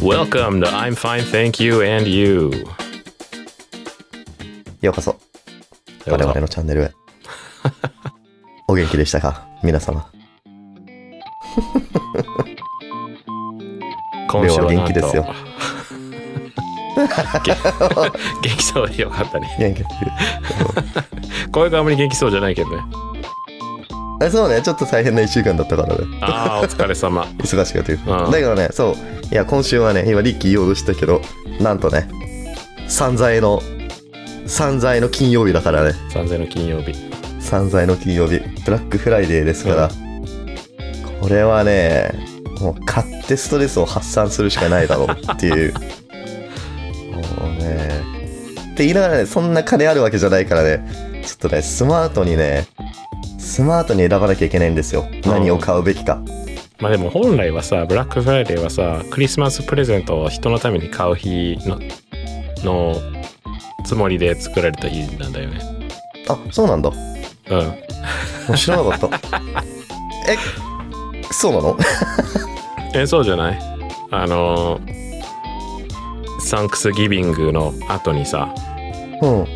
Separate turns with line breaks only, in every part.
Welcome to I'm Fine, Thank You and You
ようこそ
ようこそ
我々のチャン ネルへお元気でしたか皆様
今週は
俺
な
は元
んと
気ですよ
げ元気そうでよかったね
元気
こういうあまり元気そうじゃないけどね
えそうねちょっと大変な1週間だったからね
ああ お疲れ様
忙しかったけど
うん
だからねそういや今週はね今リッキー言おうとしたけどなんとね散財の散財の金曜日だからね
三千の金曜日
散財の金曜日ブラックフライデーですから、これはねもう買ってストレスを発散するしかないだろうっていう もうねって言いながらねそんな金あるわけじゃないからねちょっとねスマートにねスマートに選ばなきゃいけないんですよ何を買うべきか、
まあでも本来はさブラックフライデーはさクリスマスプレゼントを人のために買う日ののつもりで作られた日なんだよね
あそうなんだも
うん
う知らなかった えそうなの
えそうじゃないあのサンクスギビングの後にさ
うん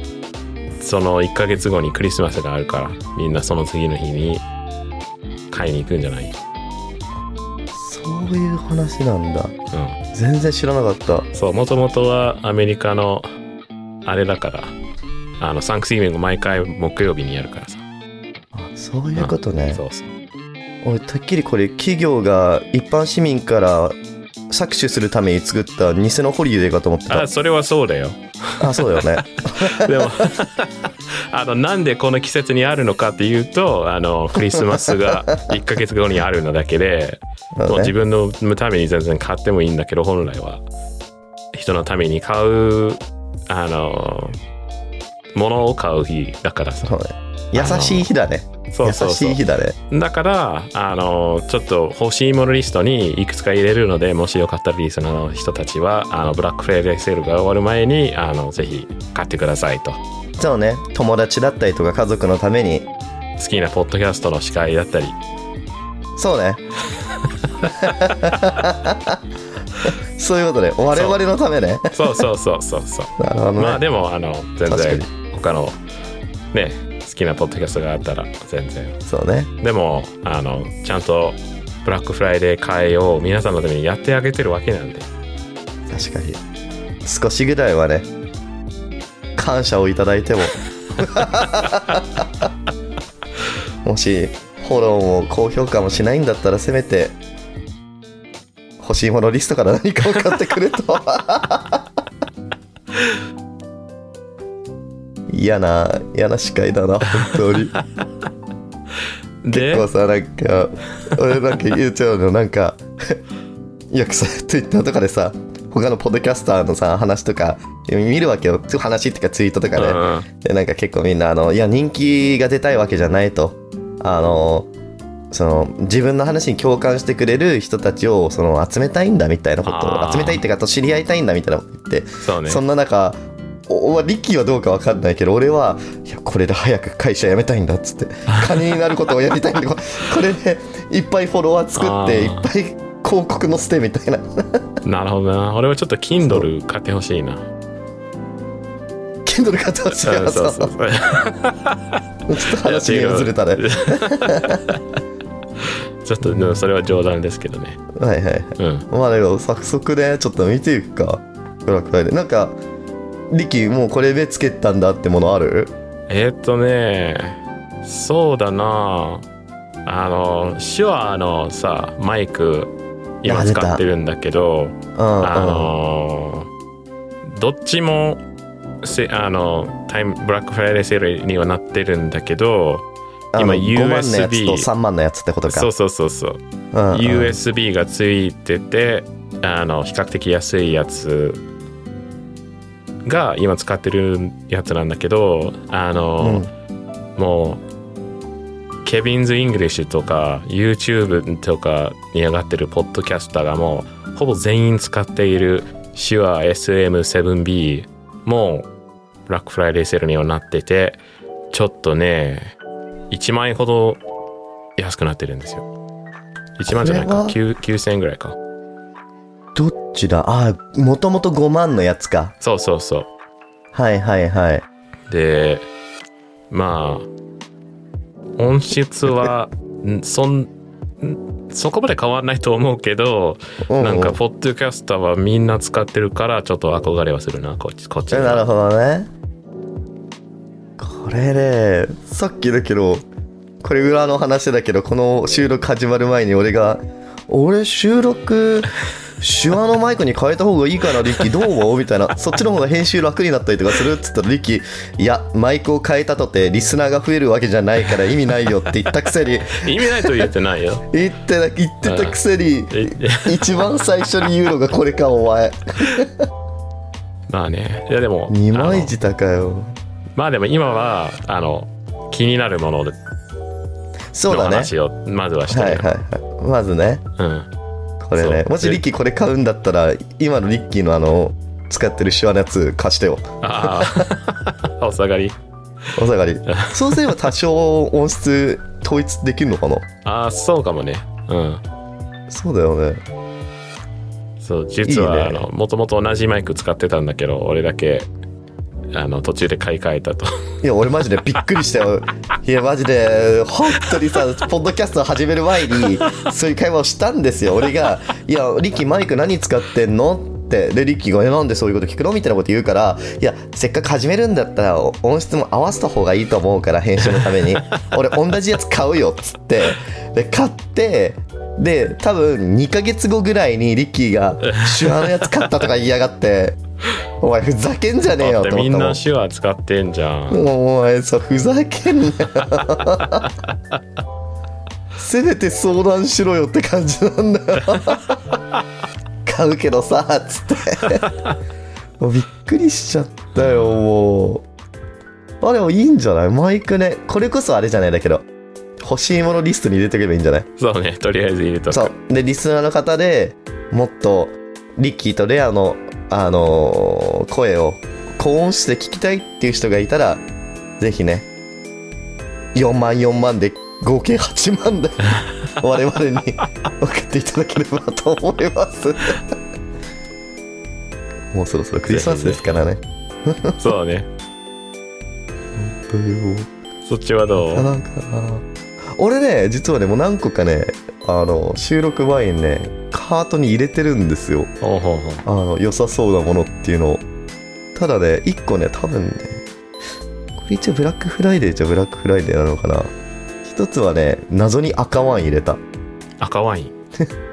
その1ヶ月後にクリスマスがあるからみんなその次の日に買いに行くんじゃない
そういう話なんだ
う
全然知らなかった
んそうもともとはアメリカのあれだからあのサンクスギビング毎回木曜日にやるからさ
あそういうことね、
そうそう
俺てっきりこれ企業が一般市民から搾取するために作った偽のホリデーかと思ってた
あそれはそうだよ
あそうだよね
でもあのなんでこの季節にあるのかっていうとあのクリスマスが1ヶ月後にあるのだけで
だ
もう
よ
自
ね
分のために全然買ってもいいんだけど本来は人のために買うあのものを買う日だから
そ
さ
うね優しい日だね
そうそうそ
優しいう日だね
だからあのちょっと欲しいものリストにいくつか入れるのでもしよかったらリスナーの人たちはあのブラックフライデーセールが終わる前にあのぜひ買ってくださいと
そうね友達だったりとか家族のために
好きなポッドキャストの司会だった り
そ うねそういうことね我々のためね
そうそうそうそうそう
なるほどね、
まあでもあの全
確か
然
に
他のね好きなポッドキャストがあったら全然
そうね
でもあのちゃんとブラックフライデー会を皆さんのためにやってあげてるわけなんで
確かに少しぐらいはね感謝をいただいても もしフォローも高評価もしないんだったらせめて欲しいものリストから何かを買ってくれと 嫌な嫌な司会だな本当に
で
結構さなんか俺なんか YouTube のなんかよくさ Twitter とかでさ他のポッドキャスターのさ話とか見るわけよ話っていうかツイートと
う
かで、
ん
でなんか結構みんなあのいや人気が出たいわけじゃないとあのその自分の話に共感してくれる人たちをその集めたいんだみたいなこと
あー
を集めたいっていうかと知り合いたいんだみたいなこと言って
そうね
そんな中おおリッキーはどうかわかんないけど俺はいやこれで早く会社辞めたいんだっつ って金になることをやりたいんだこれでいっぱいフォロワー作ってい
あ
っぱい広告載せてみたいな
なるほどな俺はちょっと Kindle 買ってほしいな
Kindle 買ってほしい
そ
わ
うそうそう
そうちょっと話
いや違う
がずれたね
ちょっとでもそれは冗談ですけどね
はいはい
うん
まあだけど早速ねちょっと見ていくかブラックフライデーなんかリッキーもうこれ目つけたんだってものある
えーっとねそうだなあの手話のさマイク今
あ出た
使ってるんだけど
うん
あのーどっちもせあのタイムブラックフライデーセールにはなってるんだけど
うん
今
あの5万のや
USB
つと3万のやつってことか
そうそうそうそう、
うんうん
USB がついててあの比較的安いやつが今使ってるやつなんだけどあの、もうケビンズ・イングリッシュとか YouTube とかに上がってるポッドキャスターがもうほぼ全員使っている手話 SM7B もブラックフライデーセールにはなっててちょっとね1万円ほど安くなってるんですよ1万じゃないか
これ
9
は
9000円ぐらいか
どっちだああ、もともと5万のやつか。
そうそうそ
はいはいはい。
う。で、まあ、音質は、んそん、んそこまで変わんないと思うけど、
う
なんか、ポッドキャスターはみんな使ってるから、ちょっと憧れはするな、こっち、こっち。
なるほどね。これね、さっきだけど、これ裏の話だけど、この収録始まる前に俺が、俺収録、手話のマイクに変えた方がいいかな、リッキー、どう思うみたいな、そっちの方が編集楽になったりとかするっつったら、リッキー、いや、マイクを変えたとて、リスナーが増えるわけじゃないから意味ないよって言ったくせに、
意味ないと言ってないよ。
言ってな言ってたくせに、
え
一番最初に言うのがこれか、お前。
まあね。いやでも、
二
あ
枚
の
舌かよ。
まあでも今は、あの、気になるものの
そうだね。
話をまずはして
は
る
い
よ、
はいはいまずね
うん。
これね
そう
もしリッキーこれ買うんだったら今のリッキーのあの使ってる手話のやつ貸してよ
あ あ、お下がり。
お下 がりそうすれば多少音質統一できるのかな
ああ、そうかもね。うん。
そうだよね
そう、実はい
いね
あの、もともと同じマイク使ってたんだけど、俺だけ、あの、途中で買い替えたと。
いや俺マジでびっくりしたよいやマジで本当にさポッドキャストを始める前にそういう会話をしたんですよ俺が「いやリッキーマイク何使ってんの?」ってでリッキーがえ「なんでそういうこと聞くの?」みたいなこと言うから「いやせっかく始めるんだったら音質も合わせた方がいいと思うから編集のために俺同じやつ買うよ」っつってで買ってで多分2ヶ月後ぐらいにリッキーが「手話のやつ買った」とか言いやがって「お前ふざけんじゃねえ
だ
よ」
っ
と
て
思っ
み
た
ん
も。
なん手話使ってんじゃん。
お前さふざけんなよせめて相談しろよって感じなんだよ買うけどさつって もうびっくりしちゃったよもうあれもいいんじゃないマイクねこれこそあれじゃないだけど欲しいものリストに入れておけばいいんじゃない
そうね、とりあえず入れとく。
そうでリスナーの方でもっとリッキーとレアの、あのー声を高音質で聞きたいっていう人がいたらぜひね4万4万で合計8万で我々に 送っていただければと思います もうそろそろクリスマスですからね
そうね。
どういう
そっちはど
あ
う
なんかな俺ね実はねもう何個かねあの収録前にねカートに入れてるんですよ
ほうほうほう
あの良さそうなものっていうのをただね1個ね多分ねこれ一応ブラックフライデーじゃブラックフライデーなのかな一つはね謎に赤ワイン入れた
赤ワイン。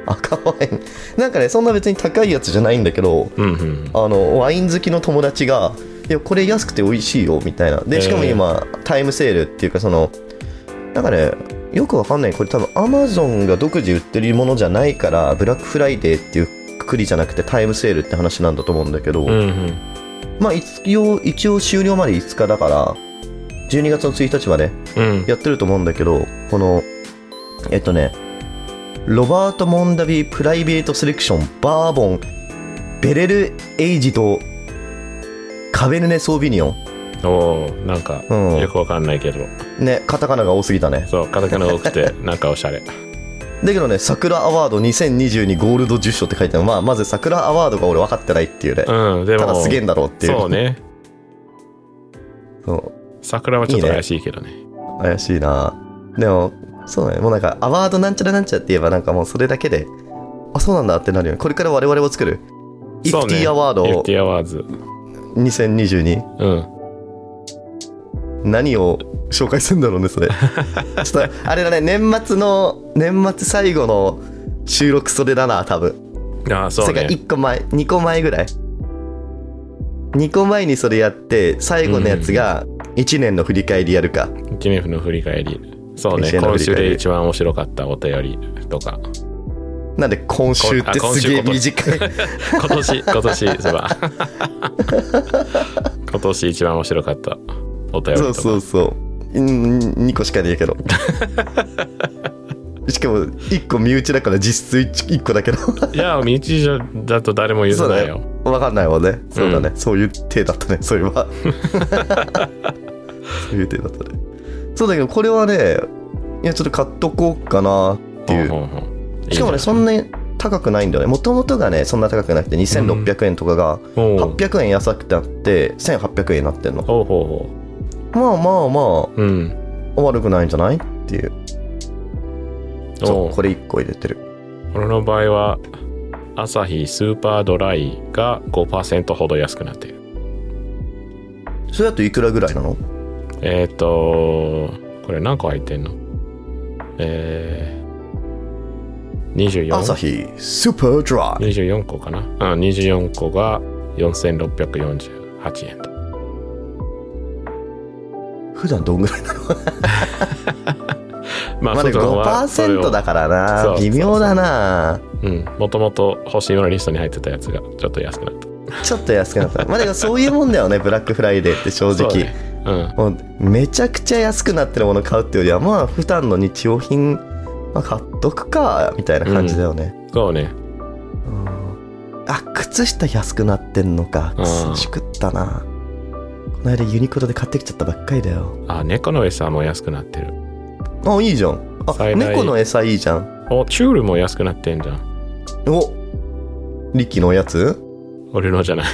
赤ワインなんかねそんな別に高いやつじゃないんだけど
うんうん。
あのワイン好きの友達がいやこれ安くて美味しいよみたいなでしかも今、タイムセールっていうかそのなんかねよくわかんないこれ多分アマゾンが独自売ってるものじゃないからブラックフライデーっていうくくりじゃなくてタイムセールって話なんだと思うんだけど、
うんうん。
まあ一応、一応終了まで5日だから、12月の1日まで
うん。
やってると思うんだけど、この、えっとね、ロバート・モンダビー・プライベート・セレクション・バーボン・ベレル・エイジと、カベルネ・ソービニオン。
おーなんか、
うん
よくわかんないけど。
ね、カタカナが多すぎたね。
そう、カタカナ多くて、なんかおし ゃれ。
だけどね、桜アワード2022ゴールド10賞って書いてある。まあ、まず桜アワードが俺分かってないっていうね。
うん、で
ただ
も
す、げえんだろうっていう。
そうね。
そう
桜はちょっと怪しいけどね。
怪しいなでもそうだねもうなんかアワードなんちゃらなんちゃらって言えばなんかもうそれだけであそうなんだってなるよねこれから我々を作るイ
そう
フ
ね
ティアワード
エフ
を
ティアワーズ。
2022
うん。
何を紹介するんだろうね それちょっとあれだね年末の年末最後の収録それだな多分
ああ、そう
それ
ね
か。1個前2個前ぐらい2個前にそれやって最後のやつが1年の振り返りやるか、
一年の振り返り。そうね、
一年の
今
振り返り
週で一番面白かったお便りとか。
なんで今週って
こんあ今
す
週
げえ短い
今年、今年、そうだ。 今年一番面白かったお便りとか。
そうそうそううん2個しかねえ けどしかも1個身内だから実質 1, 個だけど
いや、道じゃだと誰も譲らないよ。
分かんないわねそうだね、そういう体だったねそ れはそういう体だったねそうだけどこれはねいやちょっと買っとこうかなってい
ほ
うん
ほんほん
しかもねそんなに高くないんだよねもともとがねそんな高くなくて2600円とかが
おう
800円安くなって1800円になってんの
ほうほ
まあまあま
うほううん
あ悪くないんじゃないっていうそ
お
う
う
これ1個入れてる
俺の場合はアサヒスーパードライが5%ほど安くなっている
それだといくらぐらいなの
えっ、ー、とこれ何個入ってんのえー、24
朝日スーパードライ
24個かなうん24個が4648円と
普段どんぐらいなの
ま
まあでも5%だから
そ
な
う
微妙だな
うんもともと欲しいものリストに入ってたやつがちょっと安くなった
ちょっと安くなったまあでもそういうもんだよねブラックフライデーって正
そうだ
直、
ねうん
もうめちゃくちゃ安くなってるもの買うっていうよりはまあ普段の日用品、まあ、買っとくかみたいな感じだよね、
そうね
うんあ靴下安くなってんのか
うん
靴しくったなこの間ユニクロで買ってきちゃったばっかりだよ
あ猫の餌も安くなってる
あいいじゃんあ
最大
猫の餌いいじゃん
おチュールも安くなってんじゃん
おリキのおやつ
俺のじゃない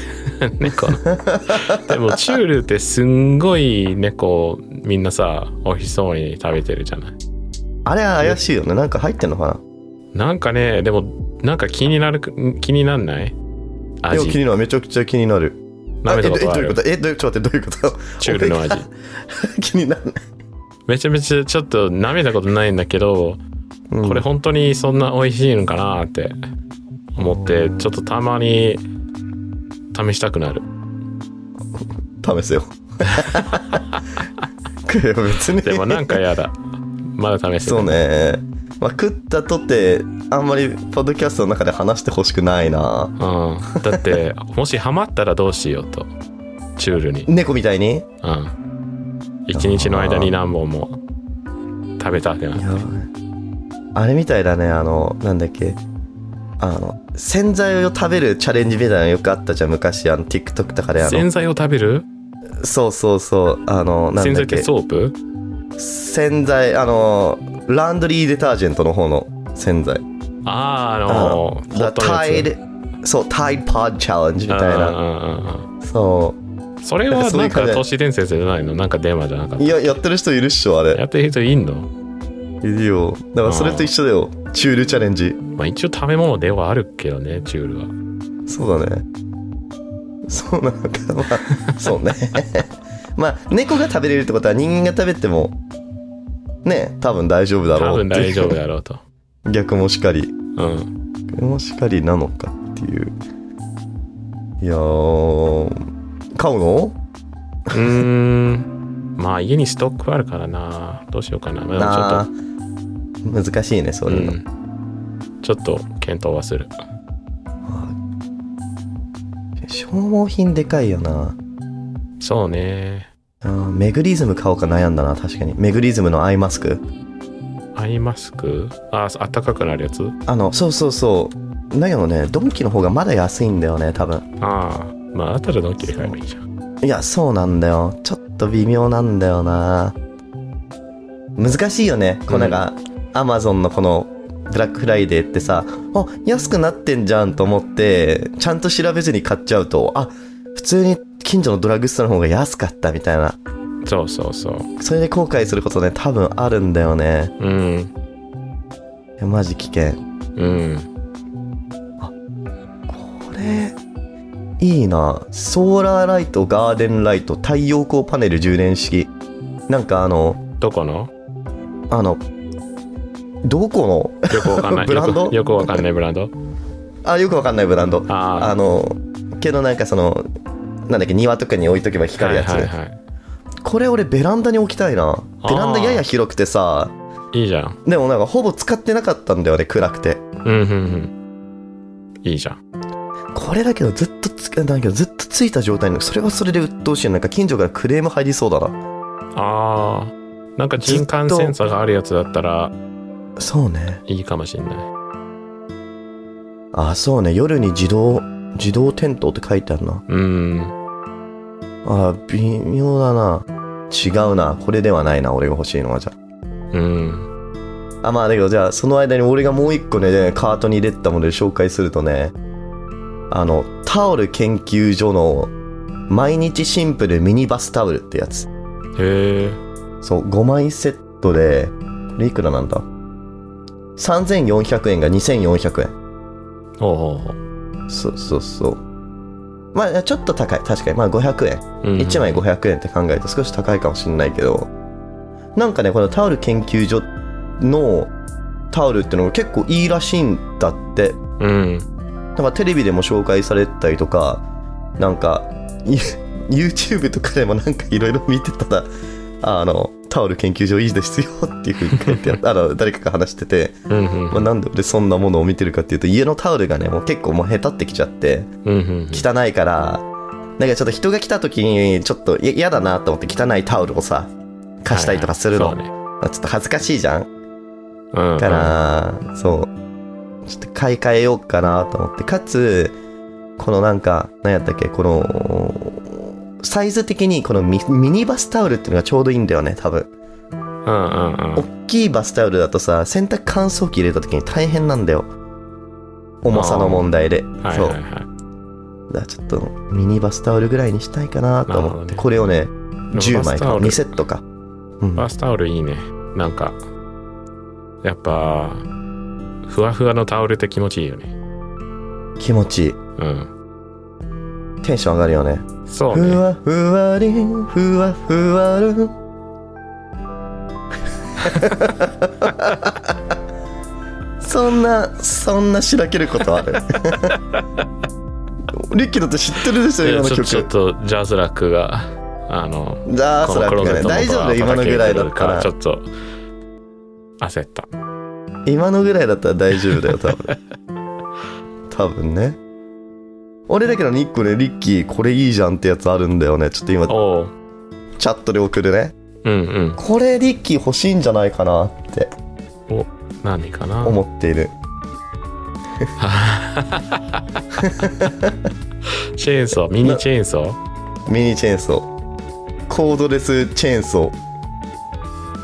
猫のでもチュールってすんごい猫みんなさ美味しそうに食べてるじゃない
あれは怪しいよねなんか入ってんのか
なんかねでもなんか気になる気になんない
なでも
味
気になるめちゃくちゃ気になるあ
舐めたことあ
えど
る
どういうことえどうちょっと待ってどういうこと
チュールの味
気になる、
めちゃめちゃちょっと舐めたことないんだけど、
うん
これ本当にそんな美味しいのかなって思ってちょっとたまに試したくなる
試 すよ食えよ別に
でもなんかや だまだ試して
そうねまあ食ったとてあんまりポッドキャストの中で話してほしくない
う
な
ん、だってもしハマったらどうしようとチュールに、
猫みたいに
うん、一日の間に何本も食べたってな
やばいあれみたいだねあのなんだっけあの洗剤を食べるチャレンジみたいなのよくあったじゃん昔あの TikTok とかであ
洗
の
剤を食べる
そうそうそうあのなん
洗剤
だっ
って
け
ソープ
洗剤あのランドリーデタージェントの方の洗剤
あああ
あ
の
の
ホットの
タイ
やつ
ドそうタイドポッドチャレンジみたいな
うんうんうんうん
そ
それ
なん
は
かそうい
な
うん
か
感じ
都市伝説じゃないのなんかデマじゃなかっ
ういややってる人いるっしょあ
たや
れ
ってる人いんの
いるよだからそれと一緒だよチュールチャレンジ
まあ一応食べ物ではあるけどねチュールは
そうだねそうなのかまあそうね まあ猫が食べれるってことは人間が食べてもね多分大丈夫だろ
多
うっ
分
て
大
いう
丈夫だろうと
逆もしかり
うん
逆もしかりなのかっていういやー買うの
うーんまあ家にストックあるからなどうしようかなまあでもちょっと
あー難しいねそういうの、
うんちょっと検討はする
消耗品でかいよな
そうね
あーメグリズム買おうか悩んだな確かにメグリズムのアイマスク
アイマスクああったかくなるやつ
あのそうそうそうだけどねドンキの方がまだ安いんだよね多分
ああまああったらドンキで買えばいいじゃん
いやそうなんだよちょっと微妙なんだよな難しいよねこうなんか、アマゾンのこのブラックフライデーってさあ安くなってんじゃんと思ってちゃんと調べずに買っちゃうとあ普通に近所のドラッグストアの方が安かったみたいな
そうそうそう
それで後悔することね多分あるんだよね
うん
いやマジ危険
うん
これいいなソーラーライトガーデンライト太陽光パネル充電式なんかあの
どこの
あのどこの
よくわかんない
ブランド
よくよくわかんないブランド
あよくわかんないブランド
あ
あのけどなんかそのなんだっけ庭とかに置いとけば
あは
光
い
るやつ、
はいは
これ俺ベランダに置きたいなベランダやや広くてさ
いいいじゃん
でもなんかほぼ使ってなかったんだよね暗くて
うんうんうんいいじゃん
これだけどずっとつなんだけどずっとついた状態のそれはそれで鬱陶しいななんか近所からクレーム入りそうだな
ああなんか人感センサーがあるやつだったら
そうね
いいかもしんない
あそうね夜に自動自動点灯って書いてあるな
うん
あ微妙だな違うなこれではないな俺が欲しいのはじゃ
うん
あまあだけどじゃあその間に俺がもう一個ねねカートに入れてたもので紹介するとねあのタオル研究所の毎日シンプルミニバスタオルってやつ
へえ
そう5枚セットでこれいくらなんだ3400円が2400円
ほうほうほう
そうそうそう。まあ、ちょっと高い。確かに。まあ、500円。
うん
1枚500円って考えると少し高いかもしれないけど、なんかね、このタオル研究所のタオルってのが結構いいらしいんだって。
うん
なんかテレビでも紹介されてたりとか、なんか、い YouTube とかでもなんかいろいろ見てたら、あの、タオル研究所いいですよっていうふうに書いて あったあの、誰かが話してて、
うんうん
まあ、なんで俺そんなものを見てるかっていうと、家のタオルがね、もう結構もうへたってきちゃって、
うんうん
汚いから、なんかちょっと人が来た時に、ちょっとや嫌だなと思って汚いタオルをさ、貸したりとかするの。
はいはいそうね
まあちょっと恥ずかしいじゃん。
うんうん
だから、そう。ちょっと買い替えようかなと思って。かつ、このなんか、何やったっけ、この、サイズ的にこのミミニバスタオルっていうのがちょうどいいんだよね、多分。
うんうんうん
大きいバスタオルだとさ、洗濯乾燥機入れた時に大変なんだよ。重さの問題で。
はい
そう
はい。は
だからちょっとミニバスタオルぐらいにしたいかなと
なる
思
ほど
って、
ね
これをね
い
10枚か
バスタオル
2セットか、うん、
バスタオルいいねなんかやっぱふわふわのタオルって気持ちいいよね
気持ちいい
うん
テンション上がるよね
そう
ふ
ね
わふわりんふわふわるんそんなそんなしらけることあるリッキーだって知ってるでしょ
い
今
や
の
ちょ
曲
ちょっとジャズラックがあの
ダースラッ
こ
ク
の
がね大丈夫だよ今のぐらいだったら
ちょっと焦った
今のぐらいだったら大丈夫だよ多分 多分ね俺だけどね一個ねリッキーこれいいじゃんってやつあるんだよねちょっと今
おう
チャットで送るね
うんうん
これリッキー欲しいんじゃないかなって
何かな
思っている
チェーンソーミニチェーンソー
ミニチェーンソーコードレスチェーンソ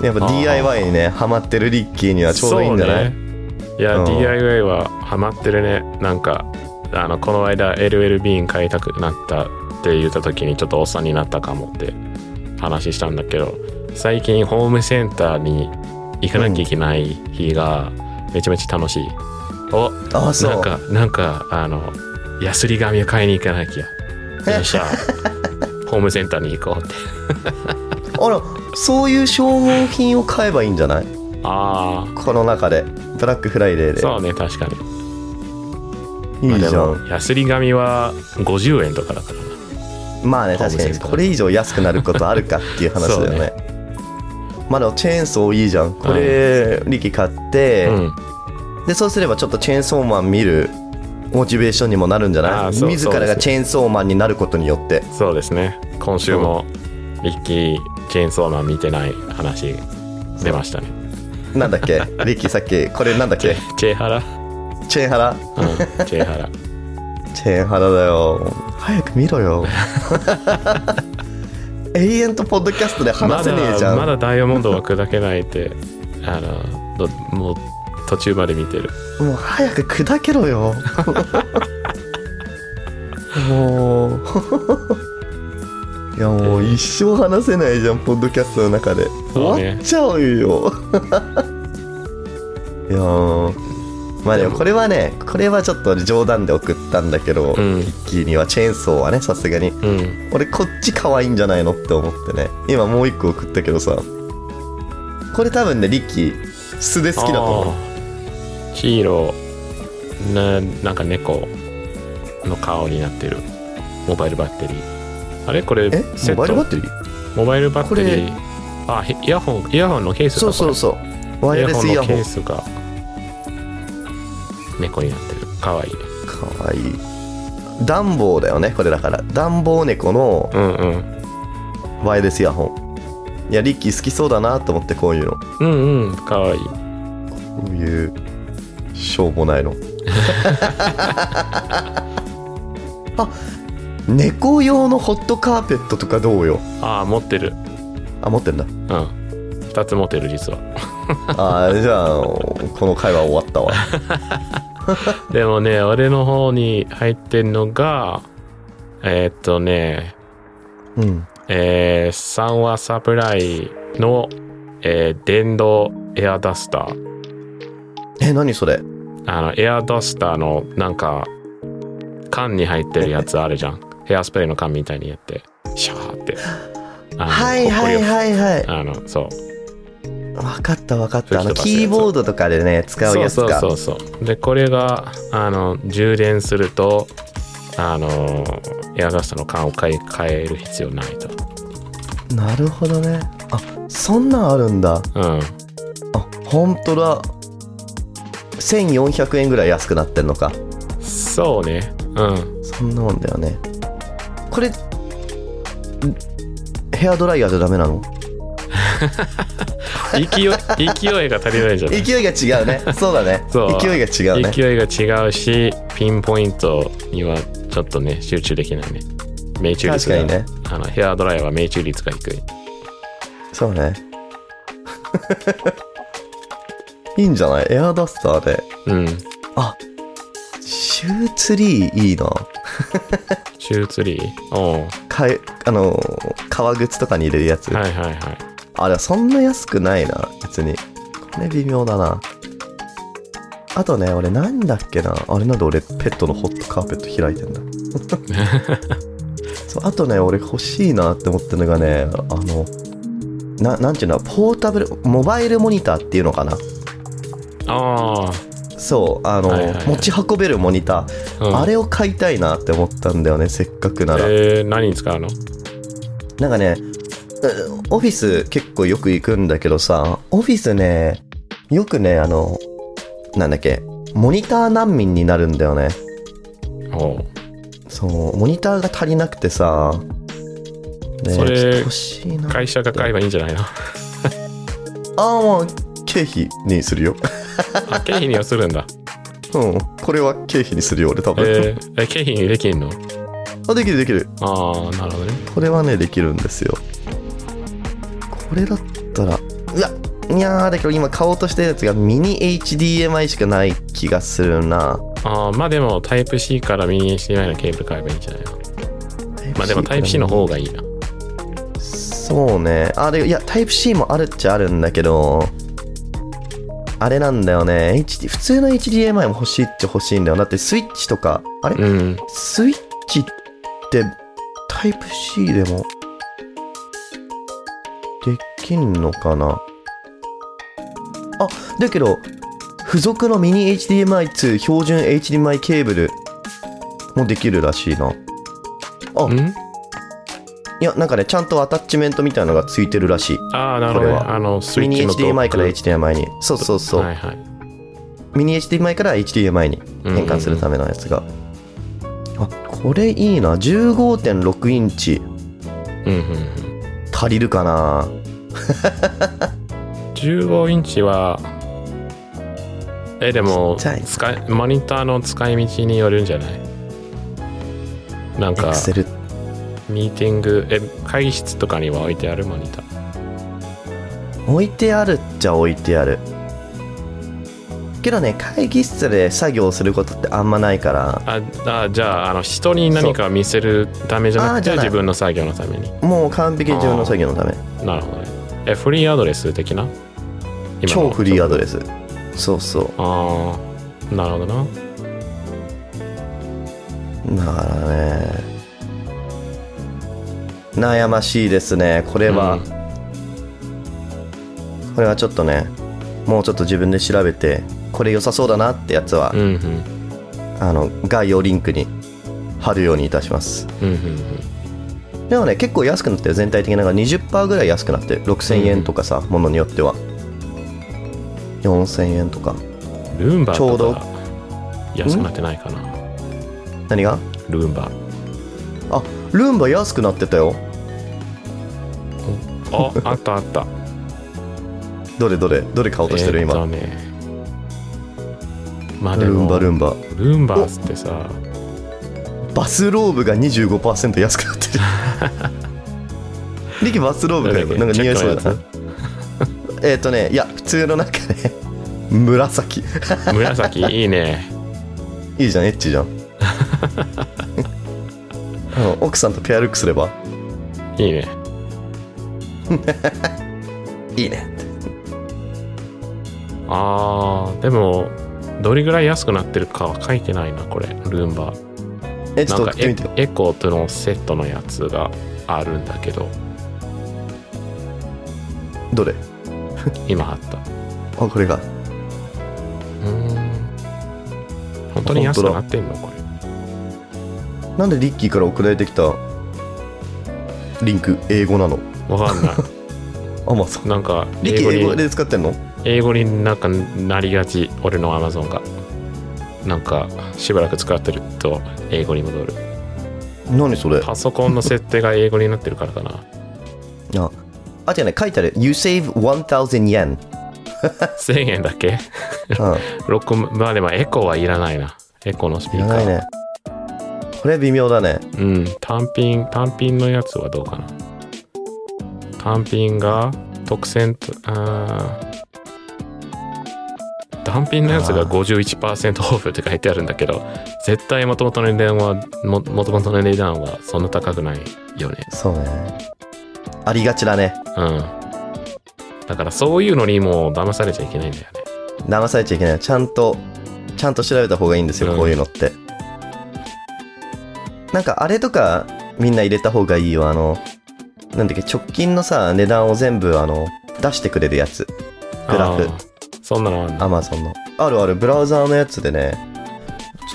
ーやっぱ
あー
DIY にねハマってるリッキーにはちょうどいいんじゃない、
そうねいや、
うん
DIY はハマってるねなんかあのこの間 LL ビーン買いたくなったって言った時にちょっとおっさんになったかもって話したんだけど最近ホームセンターに行かなきゃいけない日がめちゃめちゃ楽しい、お
ああそう
なんかなんかあのヤスリ紙を買いに行かなきゃよっし ゃホームセンターに行こうって
あらそういう消耗品を買えばいいんじゃない
ああ
この中でブラックフライデーで
そうね確かに
いいじゃ
まあ
ん
でもヤスリ紙は50円とかだからな
まあね
ホーム
確かに
センター
これ以上安くなることあるかっていう話だよねまあでもチェーンソーいいじゃんこれ力買って、
うん、
でそうすればちょっとチェーンソーマン見るモチベーションにもなるんじゃ
あ
な
ー
い
そう
自らがチェーンソーマンになることによって
そうですね今週もリッキー・チェーンソーマン見てない話出ましたね
なんだ っけ力さっきこれなんだっ
チ
け
ェチェハラ、
チェーンハ
う
ラ
ん、チェハラ
チェーンハラだよ早く見 ろよ永遠とポッドキャストで 話せねえじゃん、
まだまだダイヤモンドは砕けないってあのどもう途中まで見てる
もう早く砕け ろよもう いやもう一生話せないじゃんポッドキャストの中で
そう
終わ
ね
っちゃうよ いやーまあでもこれはねこれはちょっと冗談で送ったんだけど、
うん
リッキーにはチェーンソーはねさすがに
うん
俺こっち可愛いんじゃないのって思ってね今もう一個送ったけどさこれ多分ねリッキー素で好きだと思う
あーヒーローななんか猫の顔になってるモバイルバッテリーあれこれ
え
セ
モ
ッ
バイ
ト
ルバッテリー
モバイルバッテリー
こ
あへイヤホンイヤホンのケースか
そう
これ
そうそうワイヤレスイヤホ
のケ
ン
ースが猫になってるかわいいね
かわいい暖房だよねこれだから暖房猫の
うんうん
ワイヤレスイヤホンいやリッキー好きそうだなと思ってこういうのこ
うんうんかわいいう
いうしょうもないのあ猫用のホットカーペットとかどうよ
ああ持ってる
あ持ってんだ
うん2つ持ってる実は
ああじゃあこの会話終わったわ
でもね、俺の方に入ってんのが、えーっとね、
うん
えー、サンワサプライの、えー電動エアダスター。
え何それ
あの、エアダスターのなんか、缶に入ってるやつある じゃん。ヘアスプレーの缶みたいにやって、シャーって。あの
はいはい
ほこ
はいはい
りをあの、そう。
分かった分かったあの
吹き飛ばすやつ
キーボードとかでね使う
そう
やつ
そう
か
そうそう。で、これが、あの、充電すると、あの、エアダスターの缶を買い替える必要ないと。
なるほどねあそんなんあるんだ
うん。
あ本当だ1400円ぐらい安くなってんのか
そうね。うん。
そんなもんだよねこれんヘアドライヤーじゃダメなの
勢い、勢いが足りないじゃない。
勢いが違うねそうだね
そう
勢いが違うね
勢いが違うし、ピンポイントにはちょっとね、集中できないね。命中率
確か
が、
にね
あのヘアドライは命中率が低い。
そ うねいいんじゃないエアダスターで
うん。
あシューツリーいいな
シューツリーおう
かえあのー革靴とかに入れるやつ、
はいはいはい。
あれそんな安くないな別にこれ微妙だなあとね俺なんだっけなあれなんで俺ペットのホットカーペット開いてんだ そうあとね俺欲しいなって思ってるのがねあのななんていうのポータブルモバイルモニターっていうのかな
あ
そうあの、
はいはいはい
持ち運べるモニター、
あ、うん
あれを買いたいなって思ったんだよねせっかくなら、
えー、何に使うの
なんかね、うオフィス結構よく行くんだけどさ、オフィスね、よくね、あの、なんだっけ、モニター難民になるんだよね。
おう
そう、モニターが足りなくてさ、ね、
それ
ちょっと欲しいな。
会社が買えばいいんじゃ ないの
ああ、もう、経費にするよ。
あ、経費にはするんだ。
うん、これは経費にするよ、俺多分。
えー、え経費にできんの
あ、できるできる。
ああ、なるほどね。
これはね、できるんですよ。これだったら、うわいやー、だけど今買おうとしてるやつがミニ HDMI しかない気がするな。
ああ、まあでもタイプ C からミニ HDMI のケーブル買えばいいんじゃないのまあでもタイプ C の方がいいな。
そうねあれいやタイプ C もあるっちゃあるんだけどあれなんだよね、HD、普通の HDMI も欲しいっちゃ欲しいんだよだってスイッチとかあれ、
うん。
スイッチってタイプ C でもできんのかなあだけど付属のミニ HDMI2 標準 HDMI ケーブルもできるらしいなあ
ん
いやなんかねちゃんとアタッチメントみたいなのがついてるらしい
ああ、なるほど、ね。
これは
あの、スイ
ミ
ッチ
ニ
のドック
HDMI から HDMI にそうそうそう、
はいはい。
ミニ HDMI から HDMI に変換するためのやつが、あこれいいな15.6インチ
うんうんうん。
足りるかな
15インチは、え、でも、
ちっちゃい
使い、モニターの使い道によるんじゃないなん
エ
か
ク、セル
ミーティング、え、会議室とかには置いてあるモニター。
置いてあるっちゃ置いてあるけどね会議室で作業することってあんまないから
あ、あじゃあ、あの、人に何か見せるためじゃなくて、
そうあーじゃない
自分の作業のために。
もう完璧に自分の作業のため
なるほどね。え、フリーアドレス的な
超フリーアド
レス。
レスそうそう
ああ、なるほどな。
だからね悩ましいですねこれは、これはちょっとねもうちょっと自分で調べてこれ良さそうだなってやつは、
うんうん。
あの概要リンクに貼るようにいたします
うんうんうん。
でもね結構安くなってる全体的になんか20%ぐらい安くなってる6000円とかさ、ものによっては4000円とか
ルンバ
ちょうど
とか安くなってないかな
何が
ルンバ
あルンバ安くなってたよ
ああったあった
どれどれどれ買おうとしてる
えーっ
今
とねまあで
ルン
も
バルンバ
ルンバってさ
バスローブが25%安く なってるリキバスローブ買えばなんか似合いそうだなえっ、とねいや普通の中で紫
紫いいね
いいじゃんエッ チじゃんあの奥さんとペアルックすれば
いいね
いいね
あーでもどれぐらい安くなってるかは書いてないなこれルンバ
えちょ
な
っ
んか
と送ってみ
エ
てよ
エコーとのセットのやつがあるんだけど
どれ
今あった
あこれが
うーん本当に安くなってんのこれ
なんでリッキーから送られてきたリンク英語なの
わかん ない
あまあそう
なんか
リッ
英
キー
語
英語
に
で使ってんの
英語になんかなりがち俺のアマゾンがなんかしばらく使ってると英語に戻る
何それ
パソコンの設定が英語になってるからか な
ああ違うね書いてある You save 1000 yen
1000円だっけ
う
6まあでもエコーはいらないなエコーのスピ
んい
ー
ら
カー
ないねこれ微妙だね
うん単品単品のやつはどうかな単品が特選とあー単品のやつが
あ ー
51%オフって書いてあるんだけど絶対元々の値段はも元々の値段はそんな高くないよね
そうねありがちだね
うんだからそういうのにもう騙されちゃいけないんだよね
騙されちゃいけないちゃんとちゃんと調べた方がいいんですよ、
うん
こういうのってなんかあれとかみんな入れた方がいいよあのなんだっけ直近のさ値段を全部あの出してくれるやつグラフ
あーそんなのあんの
アマゾンのあるあるブラウザーのやつでね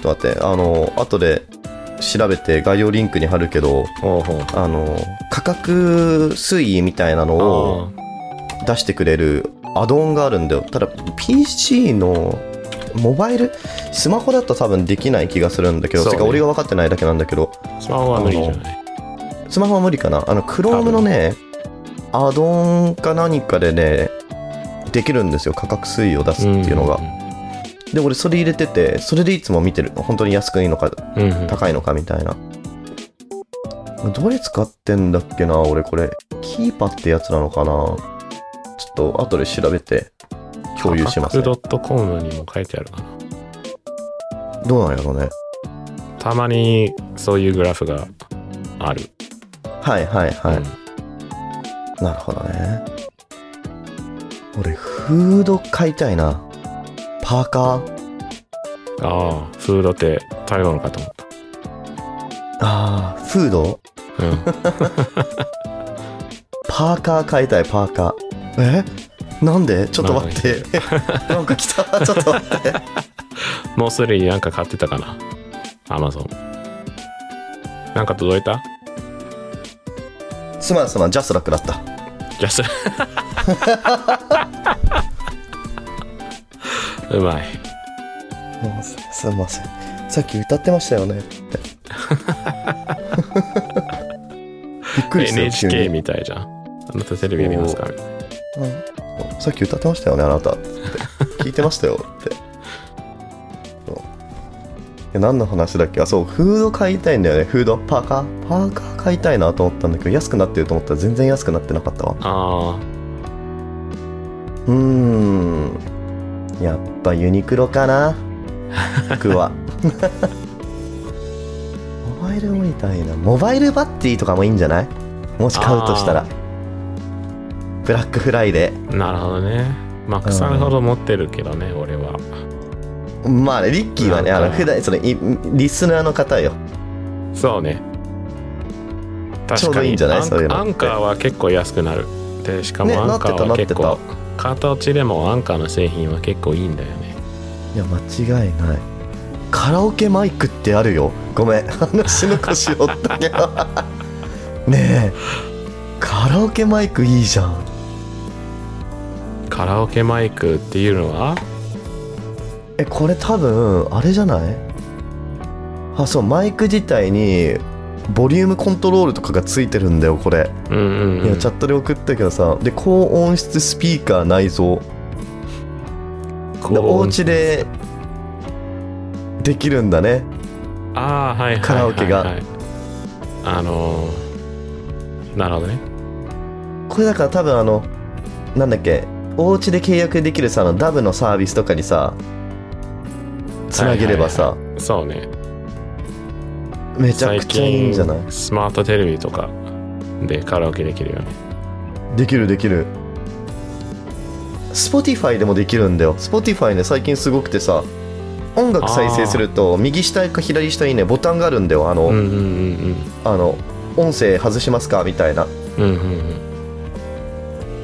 ちょっと待ってあの後で調べて概要リンクに貼るけど
ほうほう
あの価格推移みたいなのを
あー
出してくれるアドオンがあるんだよただ PC のモバイルスマホだと多分できない気がするんだけど、
そう
て
ね
か俺が分かってないだけなんだけど
スマホは無理じゃない
スマホは無理かなあの Chrome のねアドオンか何かでねできるんですよ価格推移を出すっていうのが、で俺それ入れててそれでいつも見てる本当に安くいいのか
うんうんうんうん
高いのかみたいなどれ使ってんだっけな俺これキーパってやつなのかなちょっと後で調べて共有します、ね、
.com にも書いてあるかな。
どうなんやろうね
たまにそういうグラフがある。
はいはいはい、
うん
なるほどね俺フード買いたいなパーカー
ああ、フードって食べ物かと思っ
あーフード
た。うん。
パーカー買いたいパーカーえなんでちょっと待って なんか来たちょっと待って
もうすでになんか買ってたかな。アマゾン。なんか届いた
すまんすまんジャスラックだった
じゃあそれ。 うまい。
もうすすいませんさっき歌ってましたよねってびっくりしたよ
NHK
急に
みたいじゃん。あなたテレビ見ますかみたいな
うんさっき歌ってましたよねあなたって聞いてましたよってそういや何の話だっけあそうフード買いたいんだよねフードパーカーパーカー買いたいなと思ったんだけど安くなってると思ったら全然安くなってなかったわ
あ
うーんやっぱユニクロか な僕はモバイルもいたいなモバイルバッテリーとかもいいんじゃないもし買うとしたら
あ
ブラックフライデ
あ、なるほどね。マックさんほど持ってるけどね、俺は。
ーまあねリッキーはねあ
なん
の
か
普段そのいリスナーの方よ
そうね。
ちょうどいいんじゃない
アン
そういうのって
アンカーは結構安くなる。で、しかも
ね
アンカー
な
は
って
結
たなっ
構
て、
形でもアンカーの製品は結構いいんだよね。
いや間違いないカラオケマイクってあるよごめん話の腰折ったけ どねえカラオケマイクいいじゃん
カラオケマイクっていうのは
えこれ多分あれじゃないあそうマイク自体にボリュームコントロールとかがついてるんだよこれ、
うんうん、うん、
いやチャットで送ったけどさで高音質スピーカー内蔵
こう
でお家でできるんだね
ああ、はい、はいはいはい
カラオケが
あのーなるほどね。
これだから多分あのなんだっけお家で契約できるさあのダブのサービスとかにさつなげればさ、
そうね
めちゃくちゃいいんじゃない
最近スマートテレビとかでカラオケできるよね
できるできる Spotify でもできるんだよ Spotify ね最近すごくてさ音楽再生すると右下か左下にねボタンがあるんだよあの,、
うんうんうん
あの音声外しますかみたいな
うんうんうんう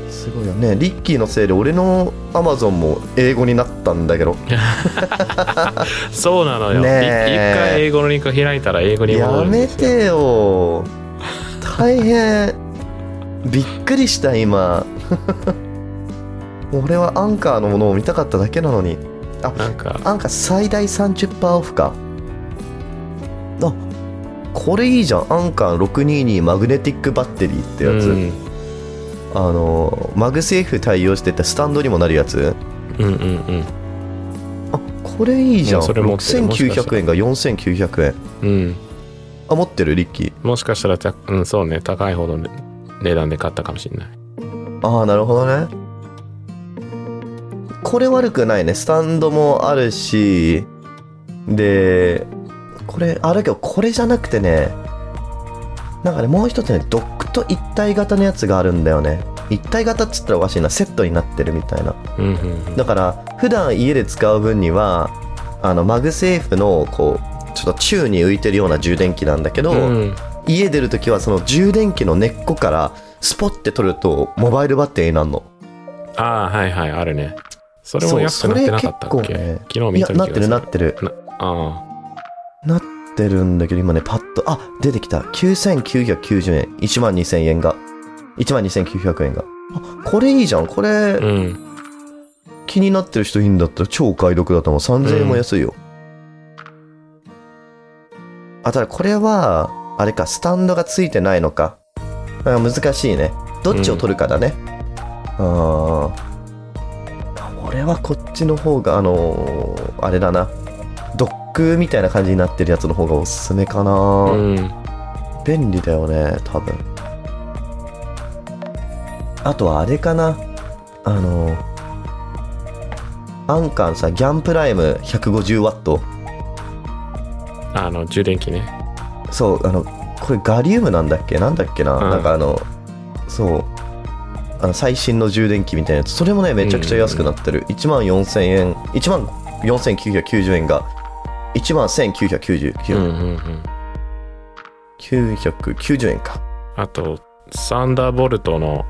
ん
すごいよねリッキーのせいで俺の Amazon も英語になったんだけど
そうなのよ、
ね
い
え
一回英語のリンク開いたら英語に戻
や
るんです
め
よ
てよ大変びっくりした今 俺はアンカーのものを見たかっただけなのにあ
なんか
アンカー最大30%オフかあこれいいじゃんアンカー622マグネティックバッテリーってやつ、
うん
あのマグセーフ対応しててスタンドにもなるやつ
うんうんうん
あこれいいじゃん
もうそれ持ってるもしかした
6900円が4900
う
円
ん
あ持ってるリッキー
もしかしたらた、うん、そうね、高いほどね値段で買ったかもしれない。
ああなるほどねこれ悪くないねスタンドもあるしでこれあだけどこれじゃなくてねなんかねもう一つねドックと一体型のやつがあるんだよね一体型っつったらおかしいなセットになってるみたいな
うんうんうん。
だから普段家で使う分にはあのマグセーフのこうちょっと宙に浮いてるような充電器なんだけど、
うん、
家出るときはその充電器の根っこからスポッて取るとモバイルバッテリーになるの
ああ、はいはい、あるね。それ
そ
も
う
安くなってなかったっ
そ
け、
れ結
昨
構ね
日見
い
た時
やなってるなってる
あ
なってるんだけど今ねパッとあ出てきた9990円1万2000円が1万2900円があこれいいじゃんこれ
あ、うん。
気になってる人いいんだったら超お買い得だと思う3000円も安いよ、あただこれはあれかスタンドがついてないのかあ難しいねどっちを取るかだね、ああ俺はこっちの方があのーあれだなドックみたいな感じになってるやつの方がおすすめかな、
うん。
便利だよね多分あとはあれかなあのアンカンさギャンプライム 150W
あの、充電器ね。
そうあのこれガリウムなんだっけなんだっけな、
うん
なんかあのそうあの最新の充電器みたいなやつそれもねめちゃくちゃ安くなってる、1万4000円1万4990円が1万
うん
1990
うんうん。
990円か
あと、サンダーボルトの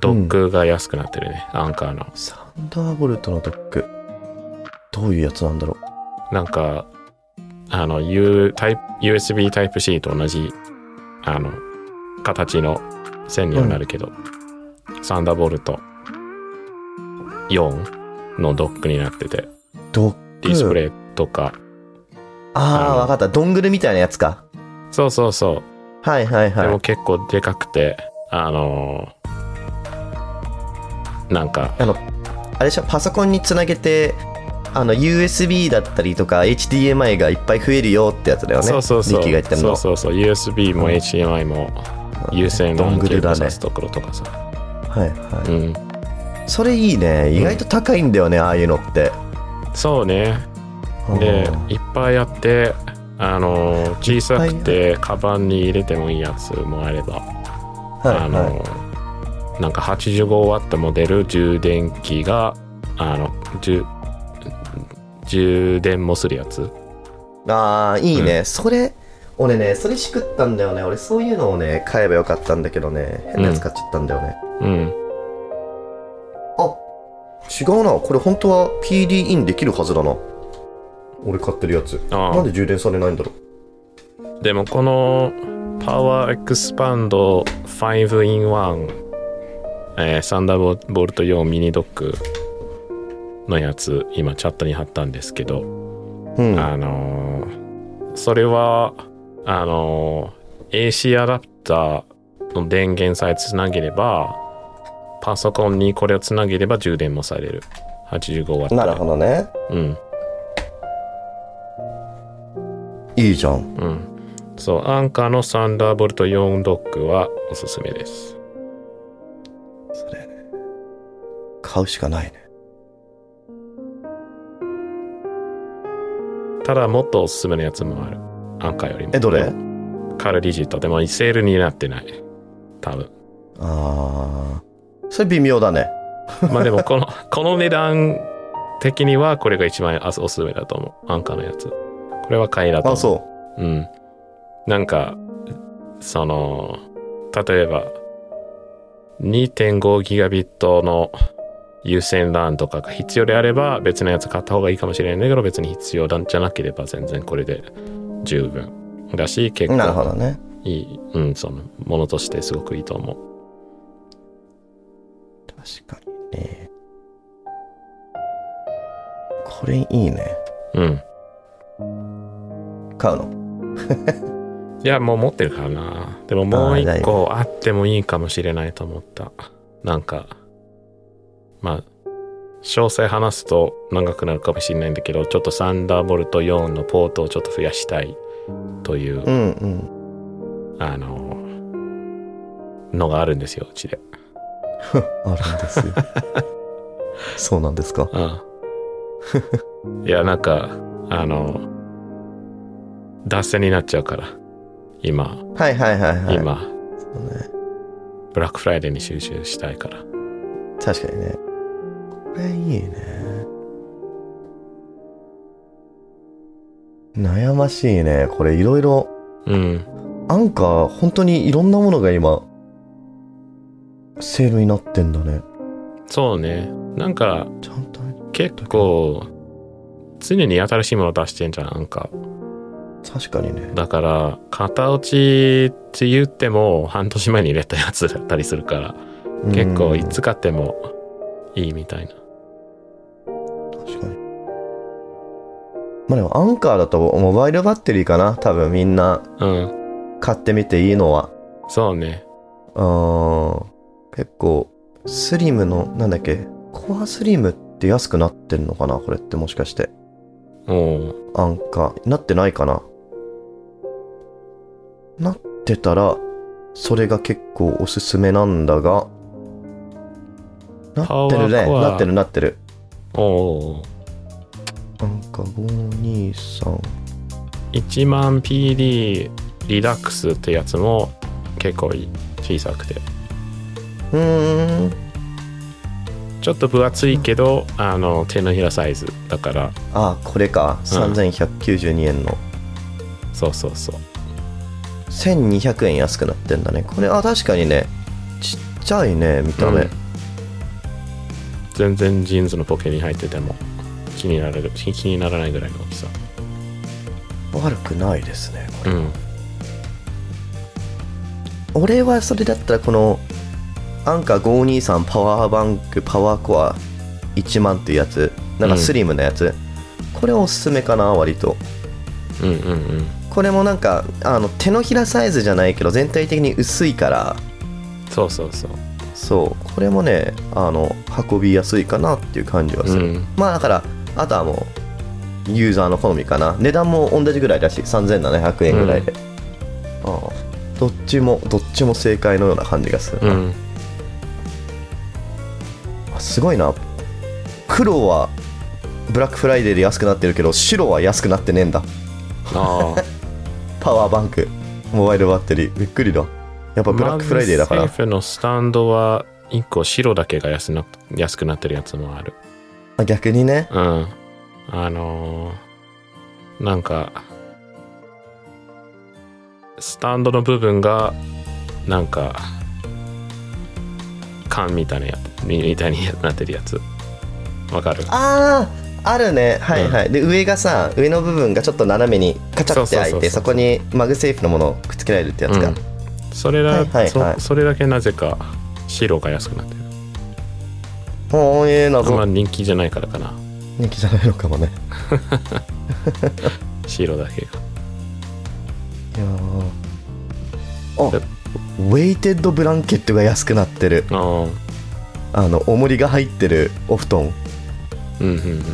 ドックが安くなってるね、アンカーの。
サンダーボルトのドックどういうやつなんだろう
なんか、あの、U タイプ USB タイプ C と同じ、あの、形の線にはなるけど、サンダーボルト4のドックになってて、
ドック
ディスプレイとか、
あ
あ
あ
の
わかったドングルみたいなやつか
そうそうそ、
はいはいう
で
は
も
い
結構でかくて、あのーなんか、
あのあれでしょパソコンにつなげてあの USB だったりとか HDMI がいっぱい増えるよってやつだよね
そうそうそう
リッキーが言ってる
そ
の
うそうそう USB も HDMI も有線
ドン
LAN
グ
ケ
ル
ーブ
だ
ル
ね
挿すところとかさ、
はいは
うん、
いそれいいね意外と高いんだよね、ああいうのって
そうねで
うん
いっぱいあってあの小さくてカバンに入れてもいいやつもあれば、
は
あ
いはい
のなんか 85W も出る充電器があの充充電もするやつ
ああいいね、それ俺ねそれしくったんだよね俺そういうのをね買えばよかったんだけどね変なやつ買っちゃったんだよね、
うん
あ違うなこれ本当は PD インできるはずだな俺買ってるやつ
あ
なんで充電されないんだろ
あでもこのパワーエクスパンド 5in1 えーサンダーボルト用ミニドックのやつ今チャットに貼ったんですけど
ううん
あのーそれは、あのー AC アダプターの電源さえつなげれば、パソコンにこれをつなげれば充電もされる。85W で。
なるほどね
うん。
いいじゃん
うん。そう、アンカーのサンダーボルト4ドックはおすすめです。
それ買買うしかないね。
ただ、もっとおすすめのやつもある。アンカーよりも。
え、どれ
カルディジット。でも、セールになってない。多分。
ああ。それ微妙だね。
まあでも、この、 この値段的には、これが一番あおすすめだと思う。アンカーのやつ。これは買いだと思
あ、
う。
そ
うん。なんか、その、例えば、2.5ギガビットの有線 LAN とかが必要であれば、別のやつ買った方がいいかもしれないんだけど、別に必要なんじゃなければ全然これで十分。だし、結
う。なるほ
構
どね。
いい、うん、その、ものとしてすごくいいと思う。
確かにね。これいいね。
うん。
買うの。
いや、もう持ってるからな。でももう
あー
一個あってもいいかもしれないと思った。なんか、まあ、詳細話すと長くなるかもしれないんだけど、ちょっとサンダーボルト4のポートをちょっと増やしたいという、
うんうん。
あの、のがあるんですよ、うちで。
あるんですよ。 そうなんですか。
うん。いや、なんか、あの、脱線になっちゃうから、今、
はいはいはいはい。
今、
そうね。
ブラックフライデーに集中したいから。
確かにね。これいいね。悩ましいね。これいろいろ、
うん。
アンカー、本当にいろんなものが今、セールになってんだね。
そうね。なんか、
ちゃんと。
結構、常に新しいもの出してんじゃん、なんか。
確かにね。
だから、型落ちって言っても、半年前に入れたやつだったりするから、結構いつ買ってもいいみたいな。
うん。確かに。まあでも、アンカーだとモバイルバッテリーかな。多分みんな
うん。
買ってみていいのは。
そうね。
うーん。結構、スリムの、なんだっけ、コアスリムって安くなってんのかなこれってもしかして。
おう
アンカー。なってないかななってたら、それが結構おすすめなんだが、なってる
パワー
ね。
コア
なってるなってる。
おう
アンカー523。
1万 PD リラックスってやつも結構いい。小さくて。
うーん。
ちょっと分厚いけど、あの、手のひらサイズだから、
あ、これか。3192円の。
そうそうそう。
1200円安くなってんだねこれあ確かにねちっちゃいね見た目、
うん全然ジーンズのポケに入ってても気になる気気にならないぐらいの大きさ
悪くないですねこ
う
れ、
ん
俺はそれだったらこのアンカー523パワーバンクパワーコア1万っていうやつなんかスリムなやつ、これおすすめかな割と
うんうんうん
これもなんかあの手のひらサイズじゃないけど全体的に薄いから
そうそうそう
そうこれもねあの運びやすいかなっていう感じはす
う
る、
ん
まあだから、あとはもう、ユーザーの好みかな。値段も同じぐらいだし、3700円ぐらいで。ああどっちも、どっちも正解のような感じがする
う
な、
ん
あすごいな。黒は、ブラックフライデーで安くなってるけど、白は安くなってねえんだ。
ああ
パワーバンク、モバイルバッテリー、びっくりだ。やっぱブラックフライデーだから。
マグセーフのスタンドは1個白だけが安な安くなってるやつもある
あ逆にね。
うんあのーなんかスタンドの部分がなんか缶みたいなやつみみたいになってるやつわかる
あああるねはいはい、で上がさ上の部分がちょっと斜めにカチャって開
そうそうそ
いう
そう
てそこにマグセーフのものをくっつけられるってやつか、
うんそれだ、
はいはいはい
そそれだけなぜか白が安くなってる
ほうええ
あん
謎
ま人気じゃないからかな
人気じゃないのかもね
白だけが
いやーあウェイテッドブランケットが安くなってる
ああ
あの重りが入ってるお布団
うんうんうん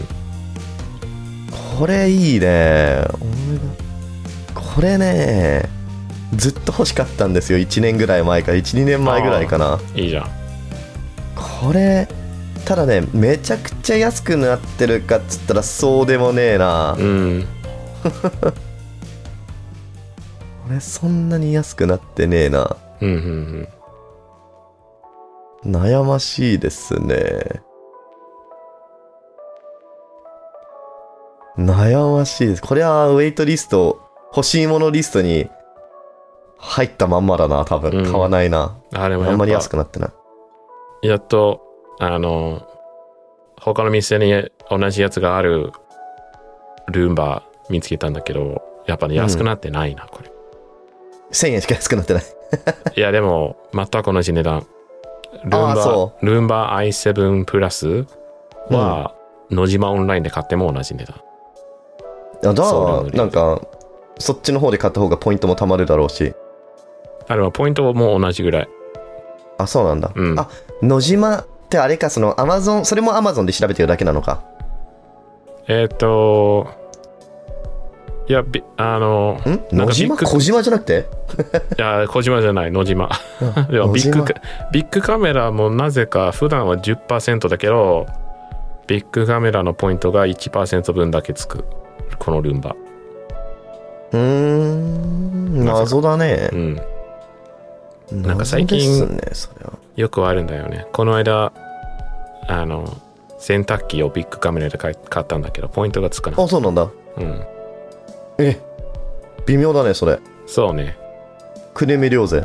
これいいね重りがこれねずっと欲しかったんですよ1年ぐらい前から12年前ぐらいかな
い
い
じゃん
これただねめちゃくちゃ安くなってるかっつったらそうでもねえな、
うん
俺そんなに安くなってねえな
うんうんうん
悩ましいですね悩ましいですこれはウェイトリスト欲しいものリストに入ったまんまだな多分
うん
買わないな、
あれも
あ
や
んまり
っ
安
ぱ
くなってない
やっとあの他の店に同じやつがあるルンバ見つけたんだけどやっぱね
うん
安くなってないな、これ
1000円しか安くなってない
いやでも全く同じ値段ルン
あー
バ
そ
ルンバ i7 プラスは、野島オンラインで買っても同じ値段
あじゃ
送料
あ
無料
なんかそっちの方で買った方がポイントも貯まるだろうし
あれはポイントも同じぐらい
あそうなんだ、
うん
あ野島ってあれかそのアマゾンそれもアマゾンで調べてるだけなのか
えっ、といやびあの
ん
なんかビ
野
ッ
島
グ
小島じゃなく て
いや小島じゃない野島
あ
でもビッグ
野島
カビッグカメラもなぜか普段は10%だけどビッグカメラのポイントが1%分だけつくこのルンバ
うーん
なぜか
謎だね
うん
なん
か最近
ねそれは
よくあるんだよねこの間あの洗濯機をビッグカメラで買い買ったんだけどポイントがつかない、
あそうなんだ
うん、
え微妙だねそれ
そうね
くねみり ょうぜ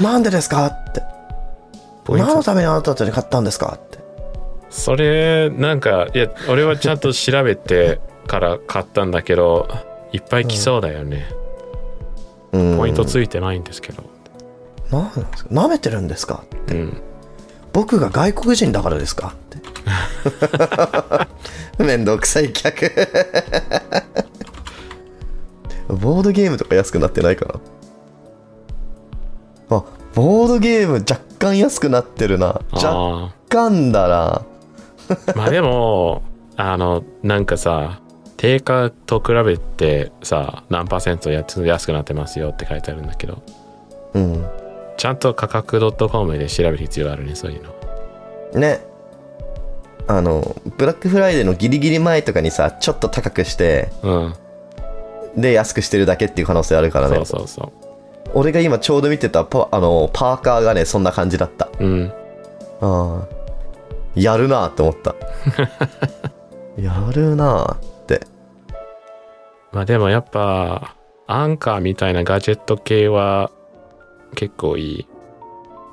なんでですかって
ポイン
何
ト
のためにあなたたちに買ったんですかって
それなんかいや俺はちゃんと調べてから買ったんだけどいっぱい来そうだよね、
うん
ポイントついてないんですけど
何なんですか舐めてるんですか
うん
僕が外国人だからですかって。めんどくさい客。ボードゲームとか安くなってないかなあ、ボードゲーム若干安くなってるな。若
あ
干だな。
ーまあでもあのなんかさ定価と比べてさ何パーセントやつ安くなってますよって書いてあるんだけど
うん。
ちゃんと価格 .com で調べる必要あるねそういうの
ね。あの、ブラックフライデーのギリギリ前とかにさ、ちょっと高くして、
うん
で、安くしてるだけっていう可能性あるからね
そう。そうそ
俺が今ちょうど見てたパあのパーカーがね、そんな感じだった。
ううん
ああやるなって思った やるなって
まあでもやっぱアンカーみたいなガジェット系は結構いい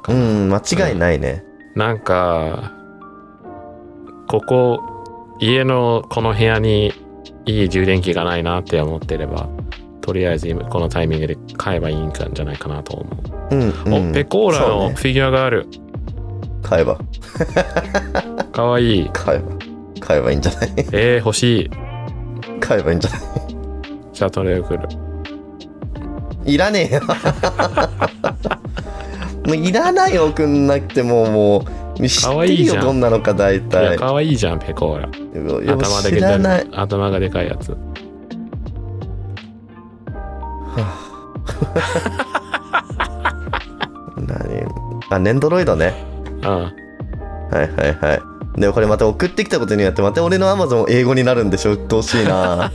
うん間違いないね、
なんかここ家のこの部屋にいい充電器がないなって思ってればとりあえず今このタイミングで買えばいいんじゃないかなと思う、
うん、うん
おペコーラ
そう
の
ね
フィギュアがある、
買えば
かわいい
買えば買えばいいんじゃない
えー、欲しい
買えばいいんじゃない
じゃあトレー送る
いらね えよもういらないよ送んなくてももう知
か
っ
わ
て
いい
る
じゃ
よ
ん
どんなのか大
い
体
やかわいいじゃんペコーラ
いや
頭だけ
知
で
らない
頭がでかいやつ
何あネンドロイドね
うん
はいはいはいでもこれまた送ってきたことによってまた俺の Amazon 英語になるんでしょうっとうしいな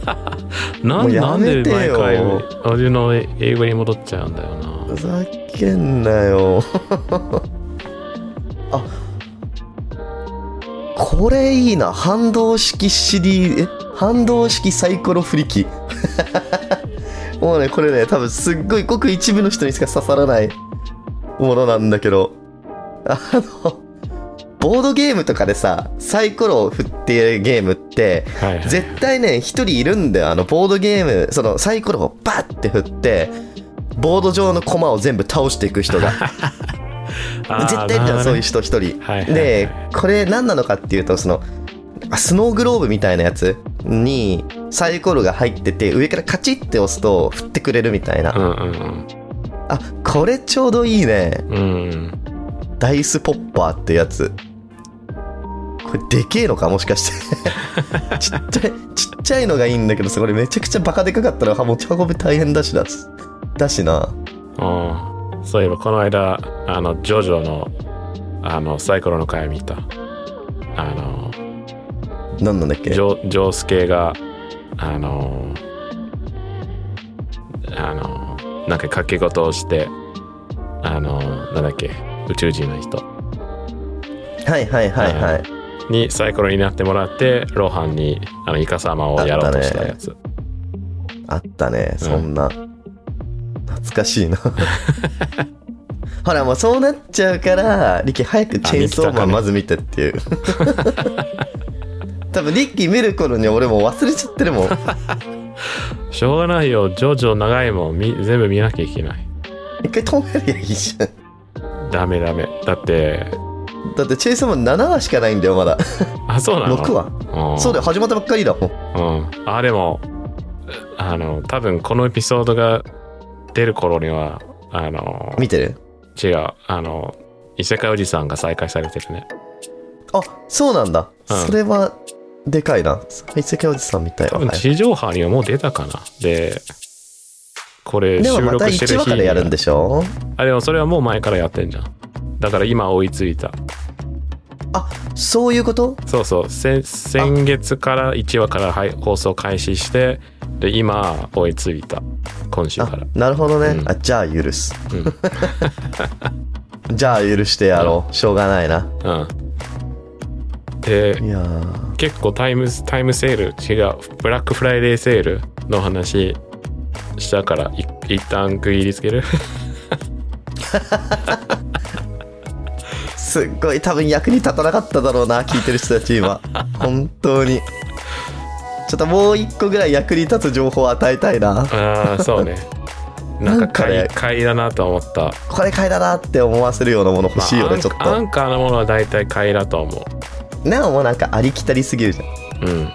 な
も
ん
うや
なん
め
で
てよ
毎回俺の英語に戻っちゃうんだよな
ふざけんなよ あこれいいな反動式シリーえ反動式サイコロ振り機 もうねこれね多分すっごいごく一部の人にしか刺さらないものなんだけどあのボードゲームとかでさサイコロを振ってゲームって
はいはい
絶対ね、一人いるんだよ。あの、ボードゲーム、そのサイコロをバッて振って、ボード上のコマを全部倒していく人が。
あー
絶対いるじゃん、そういう人一人。
はいはいはい
で、これ何なのかっていうと、その、あスノーグローブみたいなやつにサイコロが入ってて、上からカチッて押すと振ってくれるみたいな。
うんうん
あ、これちょうどいいね。
うんうん
ダイスポッパーってやつ。これでけえのかもしかして。 ちっちゃい、ちっちゃいのがいいんだけどさ、これめちゃくちゃバカでかかったらは持ち運び大変だしだ。だしな。
ああそういえばこの間あのジョジョのあの、サイコロの回見た。あの、
何なんだっけ
ジョジョースケが、あの、あの、なんか掛け事をして、あの、なんだっけ、宇宙人の人
はいはいはいはい。
にサイコロになってもらって、ロハンにあのイカ様をやろうとしたやつ。
あったね、そんな。懐かしいな。 ほら、もうそうなっちゃうから、リッキー早くチェーンソーマンまず見てっていう。 多分リッキー見る頃に俺もう忘れちゃってるもん。
しょうがないよ、ジョジョ長いもん、み全部見なきゃいけない。
一回止めりゃいいじゃん。
ダメダメ。だって、
だってチェイソーマン7話しかないんだよ、まだ。
あ、そうなの
6
う
話。
ん
そうだよ、始まったばっかりだもん。
うん。あ、でも、あの、多分このエピソードが出る頃には、あの、
見てる
違う、あの、異世界おじさんが再開されてるね。
あ、そうなんだ。
うん
それは、でかいな。一石おじさんみたい
多分
はい
地上波にはもう出たかな。で、これ
で
収
もまた
録して
1
る
話
日
から
に
やるんでしょ
あ、でもそれはもう前からやってんじゃん。だから今追いついた。
あ、そういうこと
そうそう先先月から1話からはい放送開始してで今追いついた今週か
あ
ら、
なるほどね。
うん
あ、じゃあ許す。
うん
じゃあ許してやろう。しょうがないな。
うん、で
いやー
結構タイムタイムセール違うブラックフライデーセールの話したからい一旦区切りつける
すっごい多分役に立たなかっただろうな、聞いてる人た ち今。本当に。ちょっともう一個ぐらい役に立つ情報を与えたいな。
ああそう ねなんか買
ないんかね
買いだなと思った、
これ買いだなって思わせるようなもの欲しいよ
まあア
ね、
ン
ちょっ
ア
と。
ンカーのものは大体買いだと思
ねもうなんかありきたりすぎるじゃん。
ううん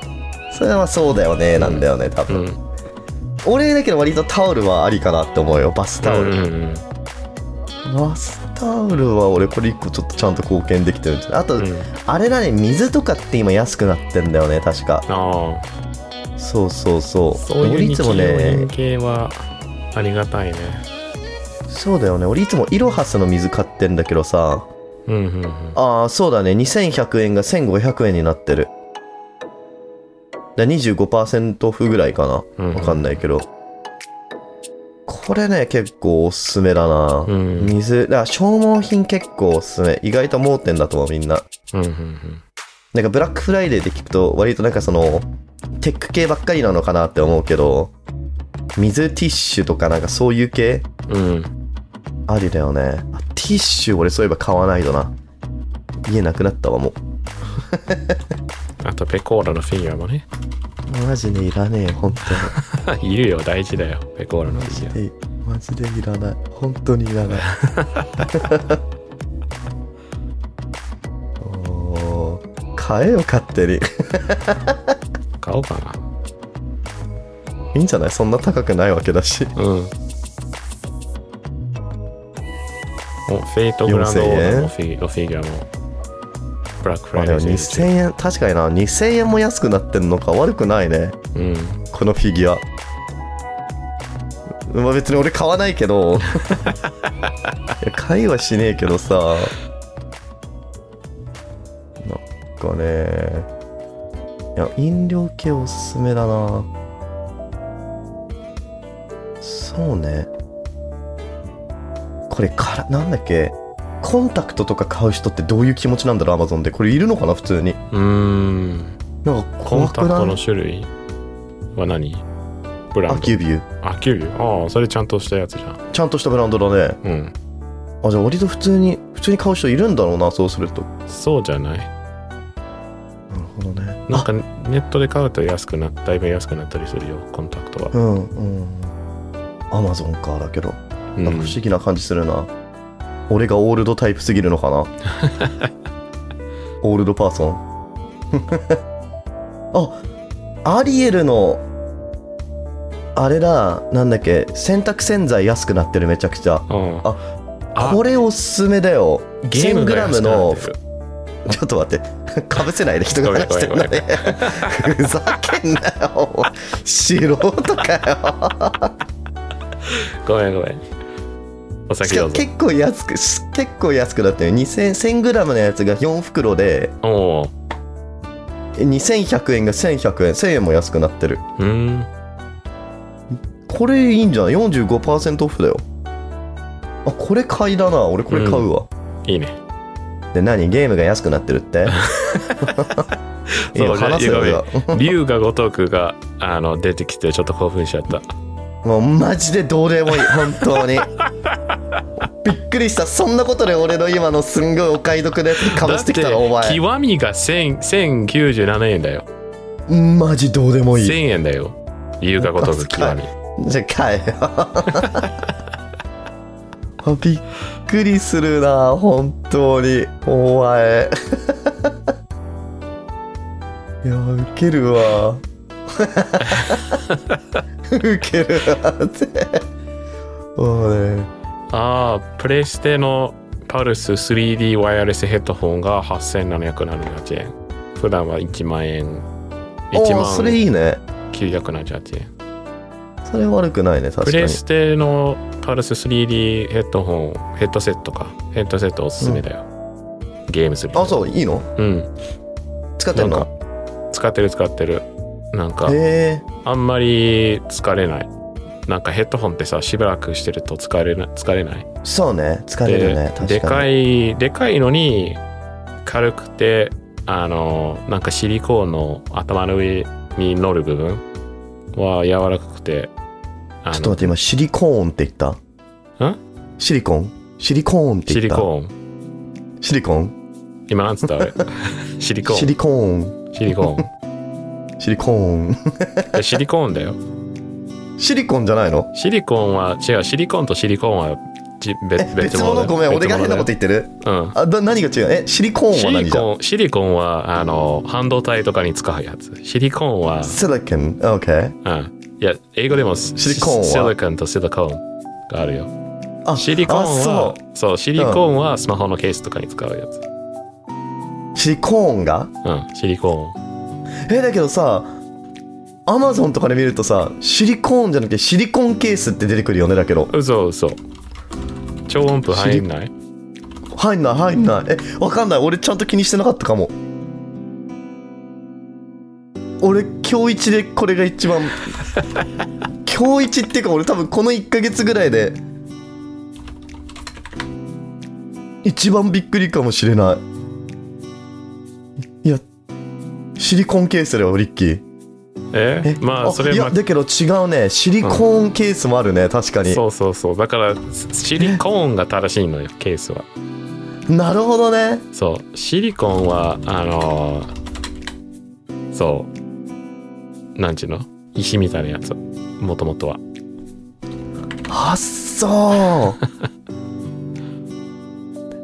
それはそうだよね、なんだよね、多
う
分。
ん
俺だけど割とタオルはありかなって思うよ、バスタオル。
うんうん
バスタオルは俺これ一個ちょっとちゃんと貢献できてるんじゃないあと、
うん、うん、
あれだね水とかって今安くなってんだよね確か
ああ
そうそうそう
そういう
俺い
日
つ
常
もね
連携はありがたいね。
そうだよね俺いつもイロハスの水買ってんだけどさ
うんうんうん。
ああそうだね2100円が1500円になってるだ25%オフぐらいかな
うんうん
わかんないけど、これね結構おすすめだな、
うん
水だから消耗品結構おすすめ意外と盲点だと思うみんな
うんうんうん。
なんかブラックフライデーで聞くと割となんかそのテック系ばっかりなのかなって思うけど水ティッシュとかなんかそういう系
うん。
ありだよねあティッシュ俺そういえば買わないとな家なくなったわも
あと、ペコーラのフィギュアもね。
うマジでいらねえ本
いるよ、大事だよ、ペコーラのフィギ
当
ュ
にえマジでいらない本当にいらない おー買えよ勝手に
ア。買おうかな。
いいんじゃないそんな高くないわけだし
うん。お、フェイトグランドオーダーのフィギュのフィギュアも。ブラックフ
ま
ラ
あ
イ
で
デー
も
セール
2000円確かにな2000円も安くなってんのか悪くないね
うん。
このフィギュアまあ別に俺買わない けどいや買いはしねえけどさなんかねいや飲料系おすすめだなそうねこれからなんだっけコンタクトとか買う人ってどういう気持ちなんだろうアマゾンでこれいるのかな普通に
うーん。
なんか
コン
怖
タ
く
ク
な
トの
い
種類は何ブラ
ア
ンド
キュビュー
あ、キュービュ。ああ、それちゃんとしたやつじゃん。
ちゃんとしたブランドだね。
うん。
あ、じゃあ割と普通に、普通に買う人いるんだろうな、そうすると。な
そうじゃない。
るほどね。
なんかネットで買うと安くなだいぶ安くなったりするよコンタクトは、
うん、うん。アマゾンか、だけど。
うん
なんか不思議な感じするな。俺がオールドタイプすぎるの かな。オールドパーソン。 あ、アリエルの、あれだ、なんだっけ、洗濯洗剤安くなってる、めちゃくちゃ。
うん
あ
あ
これおすすめだよ。
ゲームが
1000g
安くな
の
ってる
ちょっと待って、かぶせないで人が話してるのね。ふざけんなよ、素人かよ。
ごめんごめんお酒
しか
ど
も
うぞ
結構安くし結構安くなったよ 2000g のやつが4袋で
おお
え2100円が1100円1000円も安くなってる
うーん
これいいんじゃない45%オフだよあこれ買いだな俺これ買うわ、
いいね
で何ゲームが安くなってるっていい
そ
よ
うじゃあ
話せよ
いい
じゃ
よ龍が如くがあの出てきてちょっと興奮しちゃった
あもうマジでどうでもい い本当にびっくりしたそんなことで俺の今のすんごいお買い得なやつにかぶせてき
だ
たの
って
お前
極みが1000 1097円だよ
マジどうでもいい
1000円だよ龍が如く極み
じゃあ帰よ あびっくりするな本当にお前 いやウケ るわウケるわ ってもうね
ああプレステのパルス 3D ワイヤレスヘッドホンが8778円普段は1万円1
おーそれ
万
いいね
978円
それ悪くないね確
プ
かに
レステのパルス 3D ヘッドホンヘッドセットかヘッドセットおすすめだよ、ゲームする
あそういいの
ううん
使ってん
な
の
ん使ってる使ってるなんか
へえ
あんまり疲れないなんかヘッドホンってさしばらくしてると疲れな疲れない
そうね疲れるね確かに
でかいでかいのに軽くてあのなんかシリコーンの頭の上に乗る部分は柔らかくてあ
ちょ
の
っと待って今シリコーンって言った
ん
シリコンシリコーンって
シ
言
リ
った
コーン
シリコン
今なんつったあ れシリコーン
シリコーン
シリコーン
シリコー
いやシリコーンだよ
ン シリコンじゃないの
シリコンは違うシリコンとシリコーンはじ別
え
別
別
物だ
物
よ
ごめん俺が変なこと
別
言ってる
物だようん
あだ何が違うえシリコー
シ
ンは何
リ
じゃん
コンシリコンはあの半導体とかに使うやつシリコーンは
シリコン OK
うんいや英語でもシ
リコーンは
シリコンとシリコーンがあるよ
あ
シリコーン
あ
は
そ
そうシリコーンはスマホのケースとかに使うやつ
うシリコーンが
うんシリコーン
えだけどさアマゾンとかで見るとさシリコーンじゃなくてシリコンケースって出てくるよねだけど
嘘嘘超音符入んない
入んない入んないえわかんない俺ちゃんと気にしてなかったかも俺今日一でこれが 一番今日一っていうか俺多分この1ヶ月ぐらいで一番びっくりかもしれないいやシリコンケースだよリッキー
えまあそれ
い
は
やだけど違うねシリコンケースもあるね、確かに
そうそうそうだからシリコーンが正しいのよケースは
なるほどね
そうシリコンはあのーそうなんちゅうの石みたいなやつもともとは
あっそう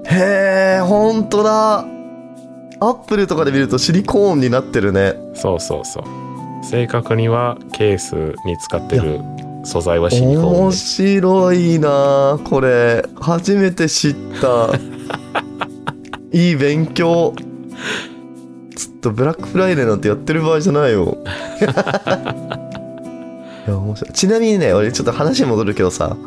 へえほんとだアップルとかで見るとシリコーンになってるね
そうそうそう正確にはケースに使ってる素材はシリコーン
面
で
白いなこれ初めて知った いい勉強ちょっとブラックフライデーなんてやってる場合じゃな いよいや面白いちなみにね俺ちょっと話戻るけどさ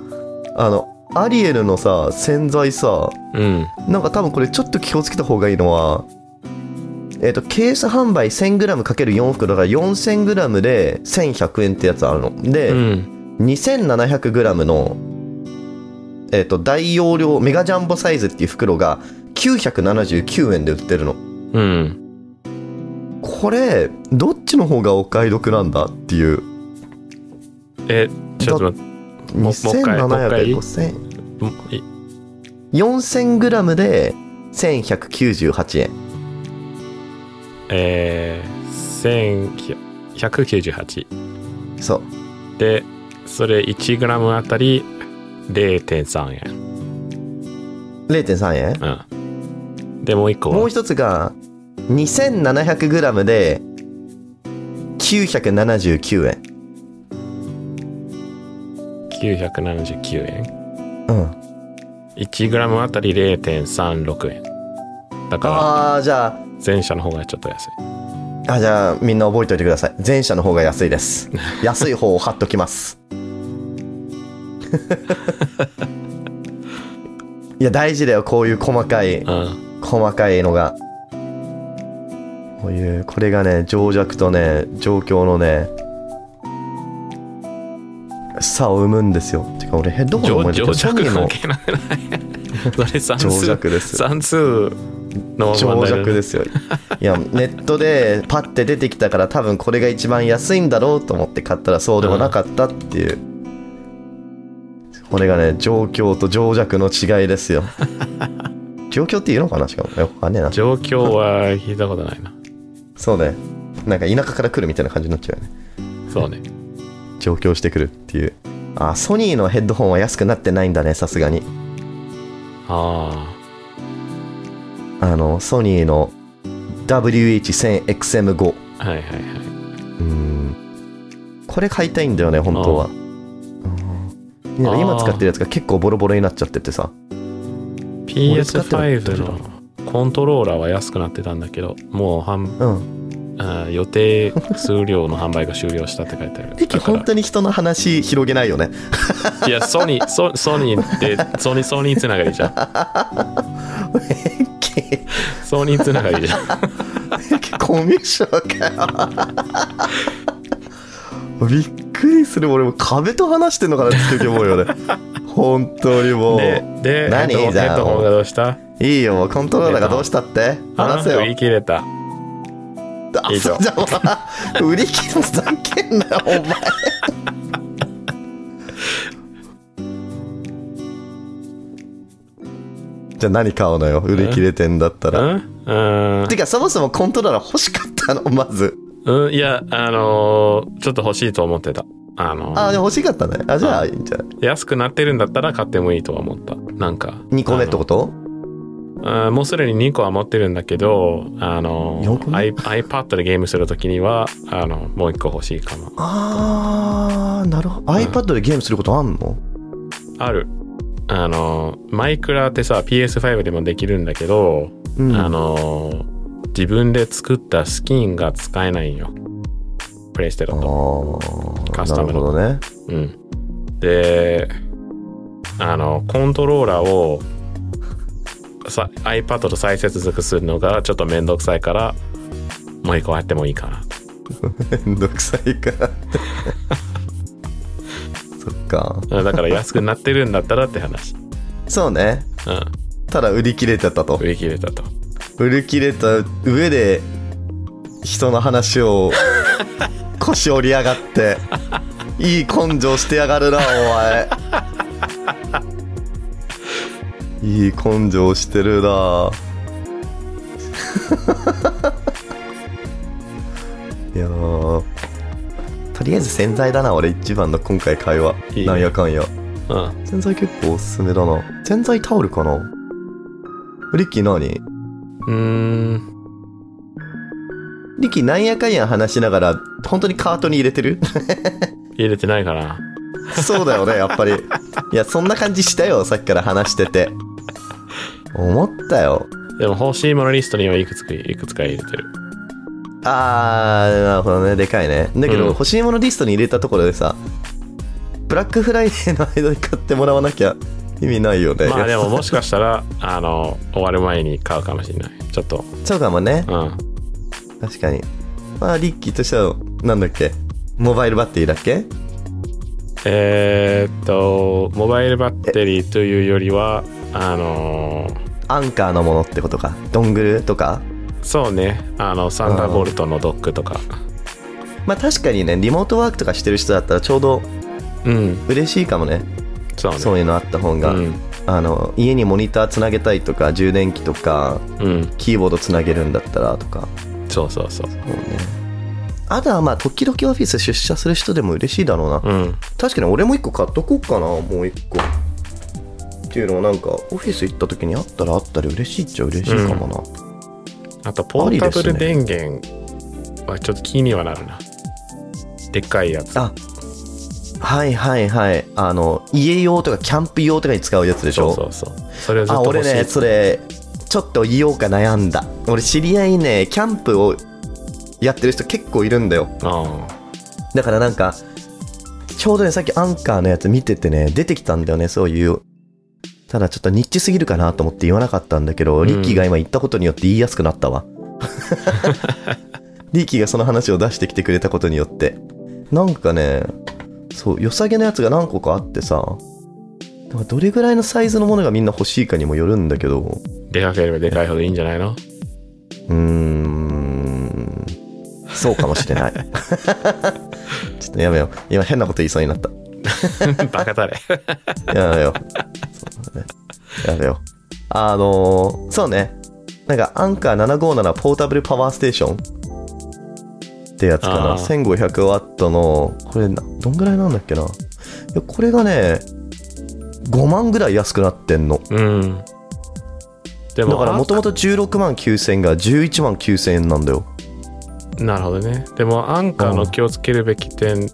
あのアリエルのさ洗剤さ
うん
なんか多分これちょっと気をつけた方がいいのは、えっ、と、ケース販売 1000g×4 袋だから 4000g で1100円ってやつあるの。で、
うん、
2700g の、えっ、と、大容量メガジャンボサイズっていう袋が979円で売ってるの。
うん、
これ、どっちの方がお買い得なんだっていう。
えちょっと待ってもう一回もう一回
2700円、5000
んい
4000g で1198円。
えー、1198
そう。
でそれ 1g あたり0.3円、
0.3円
うん、でもう一個は
もう一つが 2700g で979円
979円
うん
1グラムあたり0.36円だか
ああじゃあ
ら前者の方がちょっと安い
あじゃあみんな覚えておいてください前者の方が安いです 安い方を貼っときますいや大事だよこういう細かい
うん
細かいのがこういうこれがね情弱とね状況のね差を生むんですよてか俺ヘッドホン思
情
い出
情
した
弱関
の
係なくない それ算
情
数
弱です
算数の
情弱です すよいやネットでパッて出てきたから多分これが一番安いんだろうと思って買ったらそうでもなかったっていう、これがね状況と情弱の違いで すよ状況っていうのかなしかもよくわかんねえな
状況は聞いたことないな
そうねなんか田舎から来るみたいな感じになっちゃうよね
そうね
上京してくるっていうあソニーのヘッドホンは安くなってないんだねさすがに
あ
あのソニーの WH1000XM5
あはいはいはい
うんこれ買いたいんだよね本当はうん
あー
今使ってるやつが結構ボロボロになっちゃっててさ
PS5 のコントローラーは安くなってたんだけどもう半
うん
あー予定数量の販売が終了したって書いてある
駅
だから
本当に人の話広げない よね
いやソニーソソニーってソニーソニーつながりじゃん
駅
ソニーつながりじゃん
駅コミュ障かよびっくりする俺も壁と話してんのかなって時思うよね本当にもう、
で、で、
何
ヘッドホン
じゃあ
ヘッドホンがどうした
いいよコントローラーがどうしたって話せ
あ売
よ
り切れた。
あ
いい
そ
ぞ
うじゃあ売り切れふざけんなよお前 じゃあ何買うのよ売り切れてんだった
う
ら
んうん
てかそもそもコントローラー欲しかったのまず
うん。いや、あのーちょっと欲しいと思ってた。あのー
あでも欲しかったねあじゃあいいんじゃない
安くなってるんだったら買ってもいいとは思った。なんか。
2個目ってこと
あのうんもうすでに2個は持ってるんだけど、あの
四個目
ー、I- iPad でゲームするときには、あの、もう1個欲しいかも。
ああなるほど iPad でゲームすることあんの
ある。あのー、マイクラってさ、PS5 でもできるんだけど、
うん
あのー、自分で作ったスキンが使えないんよ。プレイして
あ
たと。カ
ー
ス
な
タ
る
ムの
ほどね
うん。で、あの、コントローラーをさ iPad と再接続するのがちょっとめんどくさいから、もう一個あってもいいかな。
めんどくさいから そっか
うんだから安くなってるんだったらって話。
そうね
うん。
ただ売り切れちゃったと
売り切れたと。
売り切れた上で人の話 を腰折りやがっていい根性してやがるなお前いい根性してるな いやーとりあえず洗剤だな俺一番の今回会話
いいね
なんやかんや
うん。
洗剤結構おすすめだな洗剤タオルかなリッキー何
うーん。
リキなんやかんや話しながら本当にカートに入れ てる
入れてないかな。
そうだよねやっぱりいやそんな感じしたよさっきから話してて思ったよ
でも欲しいものリストにはいくつか、いくつか入れてる。
あーなるほどねでかいねだけど、
うん
欲しいものリストに入れたところでさブラックフライデーの間に買ってもらわなきゃ意味ないよね
まあでももしかしたら、あの、終わる前に買うかもしれない。ちょっと、
そうかもね
うん。
確かにまあリッキーとしてはなんだっけモバイルバッテリーだっけ
えーっと、モバイルバッテリーというよりは、あのー
アンカーのものってことかドングルとか
そうね、あの、サンダーボルトのドックとか。
まあ確かにねリモートワークとかしてる人だったらちょうど
うん、
嬉しいかもね
そうね。
そういうのあった方が、
うん、
あの家にモニターつなげたいとか充電器とか
うん、
キーボードつなげるんだったらとか
そうそうそう。
そうねあとはまあ時々オフィス出社する人でも嬉しいだろうな、
うん、
確かに俺も1個買っとこうかなもう1個っていうのをなんかオフィス行った時にあったらあったり嬉しいっちゃ嬉しいかもな、
あと、ポータブ
あ
ル
りで
電源はちょっと気にはなるな。でっかいやつ。
あはいはいはいあの家用とかキャンプ用とかに使うやつでしょ
そうそうそう。それをずっ
あ
と
俺
欲しい。
ねそれちょっと言おうか悩んだ俺知り合いねキャンプをやってる人結構いるんだよ
あ
だからなんかちょうどねさっきアンカーのやつ見ててね出てきたんだよねそういうただちょっとニッチすぎるかなと思って言わなかったんだけど、
うん
リッキーが今言ったことによって言いやすくなった わ。リッキーがその話を出してきてくれたことによって。なんかね、そう、良さげなやつが何個かあってさ、なんかどれぐらいのサイズのものがみんな欲しいかにもよるんだけど、
でかければでかいほどいいんじゃないの
うーん、そうかもしれ ない。 ちょっとやめよう。今変なこと言いそうになった。
バカだれ。
やめよう。そうだね。やめよう。あのーそうね。なんか、アンカー757ポータブルパワーステーションってやつかな。
あー
1500ワットの、これな、どんぐらいなんだっけな。いや、これがね、5万ぐらい安くなってんの。
うん。で
だ
も、
から、もともと16万9000円が11万9000円なんだよ。
なるほどね。でも、アンカーの気をつけるべき点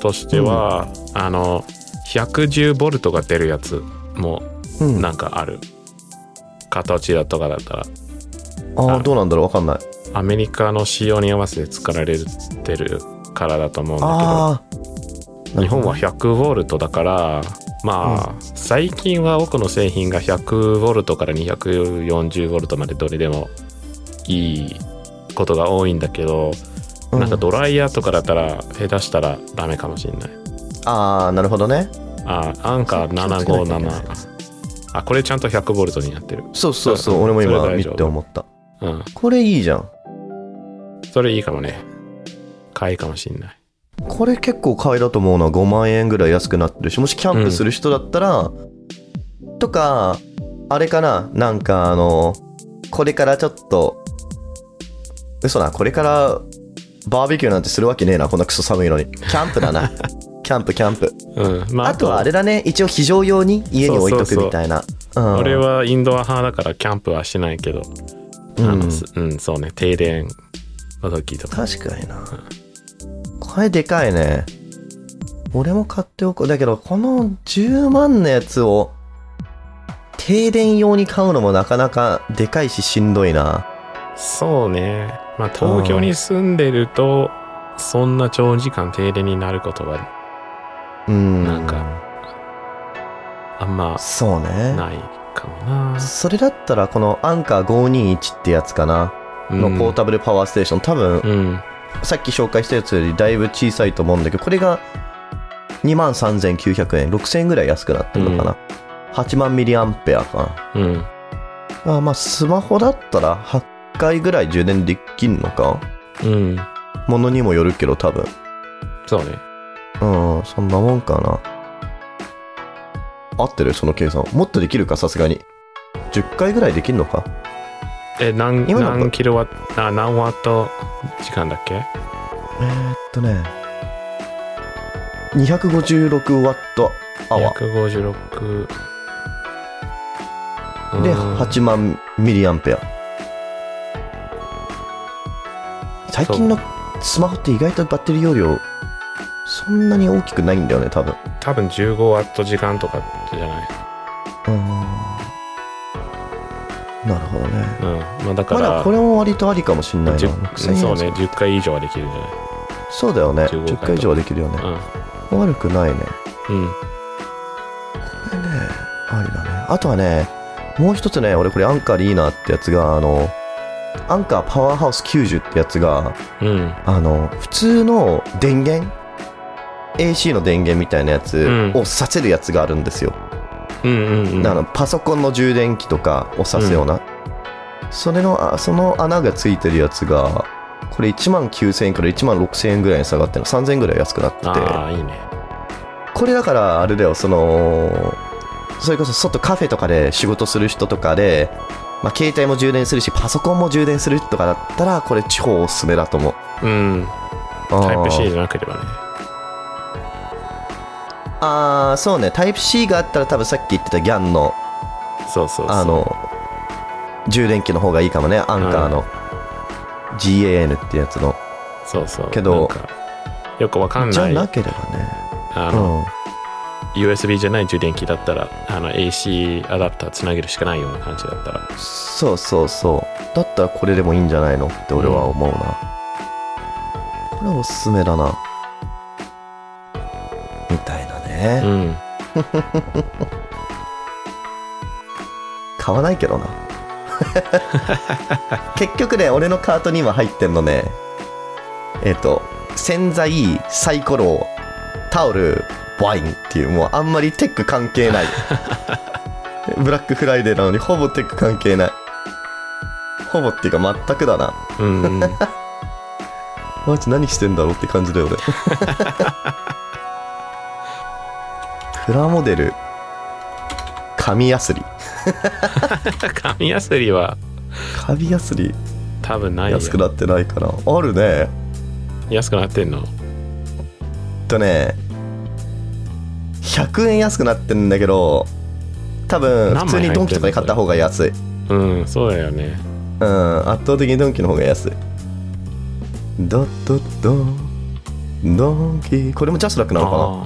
としては、あの、110ボルトが出るやつも
うん。あ
なんかある。形だとかだったら、
あー、どうなんだろうわかんない。
アメリカの仕様に合わせて作られてるからだと思うんだけど。
ああ。
日本は
なる
100ボルトだからまあ、最近は多くの製品が100ボルトから240ボルトまでどれでもいいことが多いんだけど、
ほどね
なんか
う
ドライヤーとかだったら下手したらダメかもしれない
ああ、なるほどね。
あアンカー
そう気をつけなきゃいけないで
757あこれちゃんと100ボルトになってる
そうそうそうう。
ん
俺も
そ
今
れ大
見
丈夫
て思った。
うん
これいいじゃん。
それいいかもね買いかもしれない
これ結構買いだと思うな5万円ぐらい安くなってるしもしキャンプする人だったら、とかあれかななんかあのこれからちょっと嘘なこれからバーベキューなんてするわけねえなこんなクソ寒いのにキャンプだな キャンプキャンプ
うんまあ
あとはあれだね一応非常用に家に置いとくみたいなうん
俺はインドア派だからキャンプはしないけど、
うん
あのすうん、そうね停電の時とか
確かになこれでかいね俺も買っておこうだけどこの10万のやつを停電用に買うのもなかなかでかいししんどいな
そうね。まあ、東京に住んでると、そんな長時間停電になることは
うん
なんかあんま
そうね
ないかもな。
それだったらこのアンカー521ってやつかな、のポータブルパワーステーション多
う
分
ん。うん。
さっき紹介したやつよりだいぶ小さいと思うんだけどこれが2万3900円6000円ぐらい安くなってるのかな、8万ミリアンペアかな
うん。
あまあスマホだったら8回ぐらい充電できんのか
うん。
ものにもよるけど多分
そうね。
うんそんなもんかな合ってるその計算もっとできるかさすがに10回ぐらいできんのか
え、何、
今の
何キロワット、あ、何ワット時間だっけ
えー、っとね256ワットアワー
?156。うん
で8万ミリアンペア最近のスマホって意外とバッテリー容量そんなに大きくないんだよね多分
多分15ワット時間とかじゃない。
うーんなるほどね
うん。まあ、だか
まあ
ら、
でもこれも割とありかもしんないな
10
6000円
そうね、10回以上はできるんじ
そうだよね
15
10回以上はできるよね
ゃない
悪くないね
うん。うん。
これねありだねあとはねもう一つね俺これアンカーでいいなってやつがあのアンカーパワーハウス90ってやつが
うん。
あの普通の電源 AC の電源みたいなやつ
うん
をさせるやつがあるんですよ、
うんうんうん。
あのパソコンの充電器とかをさすような、それのあその穴がついてるやつがこれ1万9000円から1万6000円ぐらいに下がってるの3000円ぐらい安くなってて
ああ、いいね。
これだからあれだよそのそれこそ外カフェとかで仕事する人とかで、まあ、携帯も充電するしパソコンも充電するとかだったらこれ超おすすめだと思う
うん。
あー
タイプ C じゃなければね。
あーそうねタイプ C があったら多分さっき言ってたギャンの
そうそうそう。
あ、の充電器の方がいいかもねアンカーの GAN ってやつの
そうそう。
けど
なんか、よくわかん
じゃ
ない、
な
あ
ければね
の、USB じゃない充電器だったら、あの、AC アダプターつなげるしかないような感じだったら。
うんそうそうそうだったらこれでもいいんじゃないのって俺は思うな、これおすすめだなみたいなね、
うん。
買わないけどな 結局ね俺のカートに今入ってんのねえっ、と洗剤サイコロタオルワインっていうもうあんまりテック関係ない ブラックフライデーなのにほぼテック関係ないほぼっていうか全くだな
うん。
マジ何してんだろうって感じだよね プラモデル紙やすり
紙やすりは
紙やすり
多分ないよ。
安くなってないかなあるね
安くなってんの
えっとね100円安くなってんだけど多分
何枚
普通にドンキとかで買った方が安いうん
うん、そうだよね。
圧倒的にドンキの方が安いドドドンドンキこれもジャスラックなのかな
あ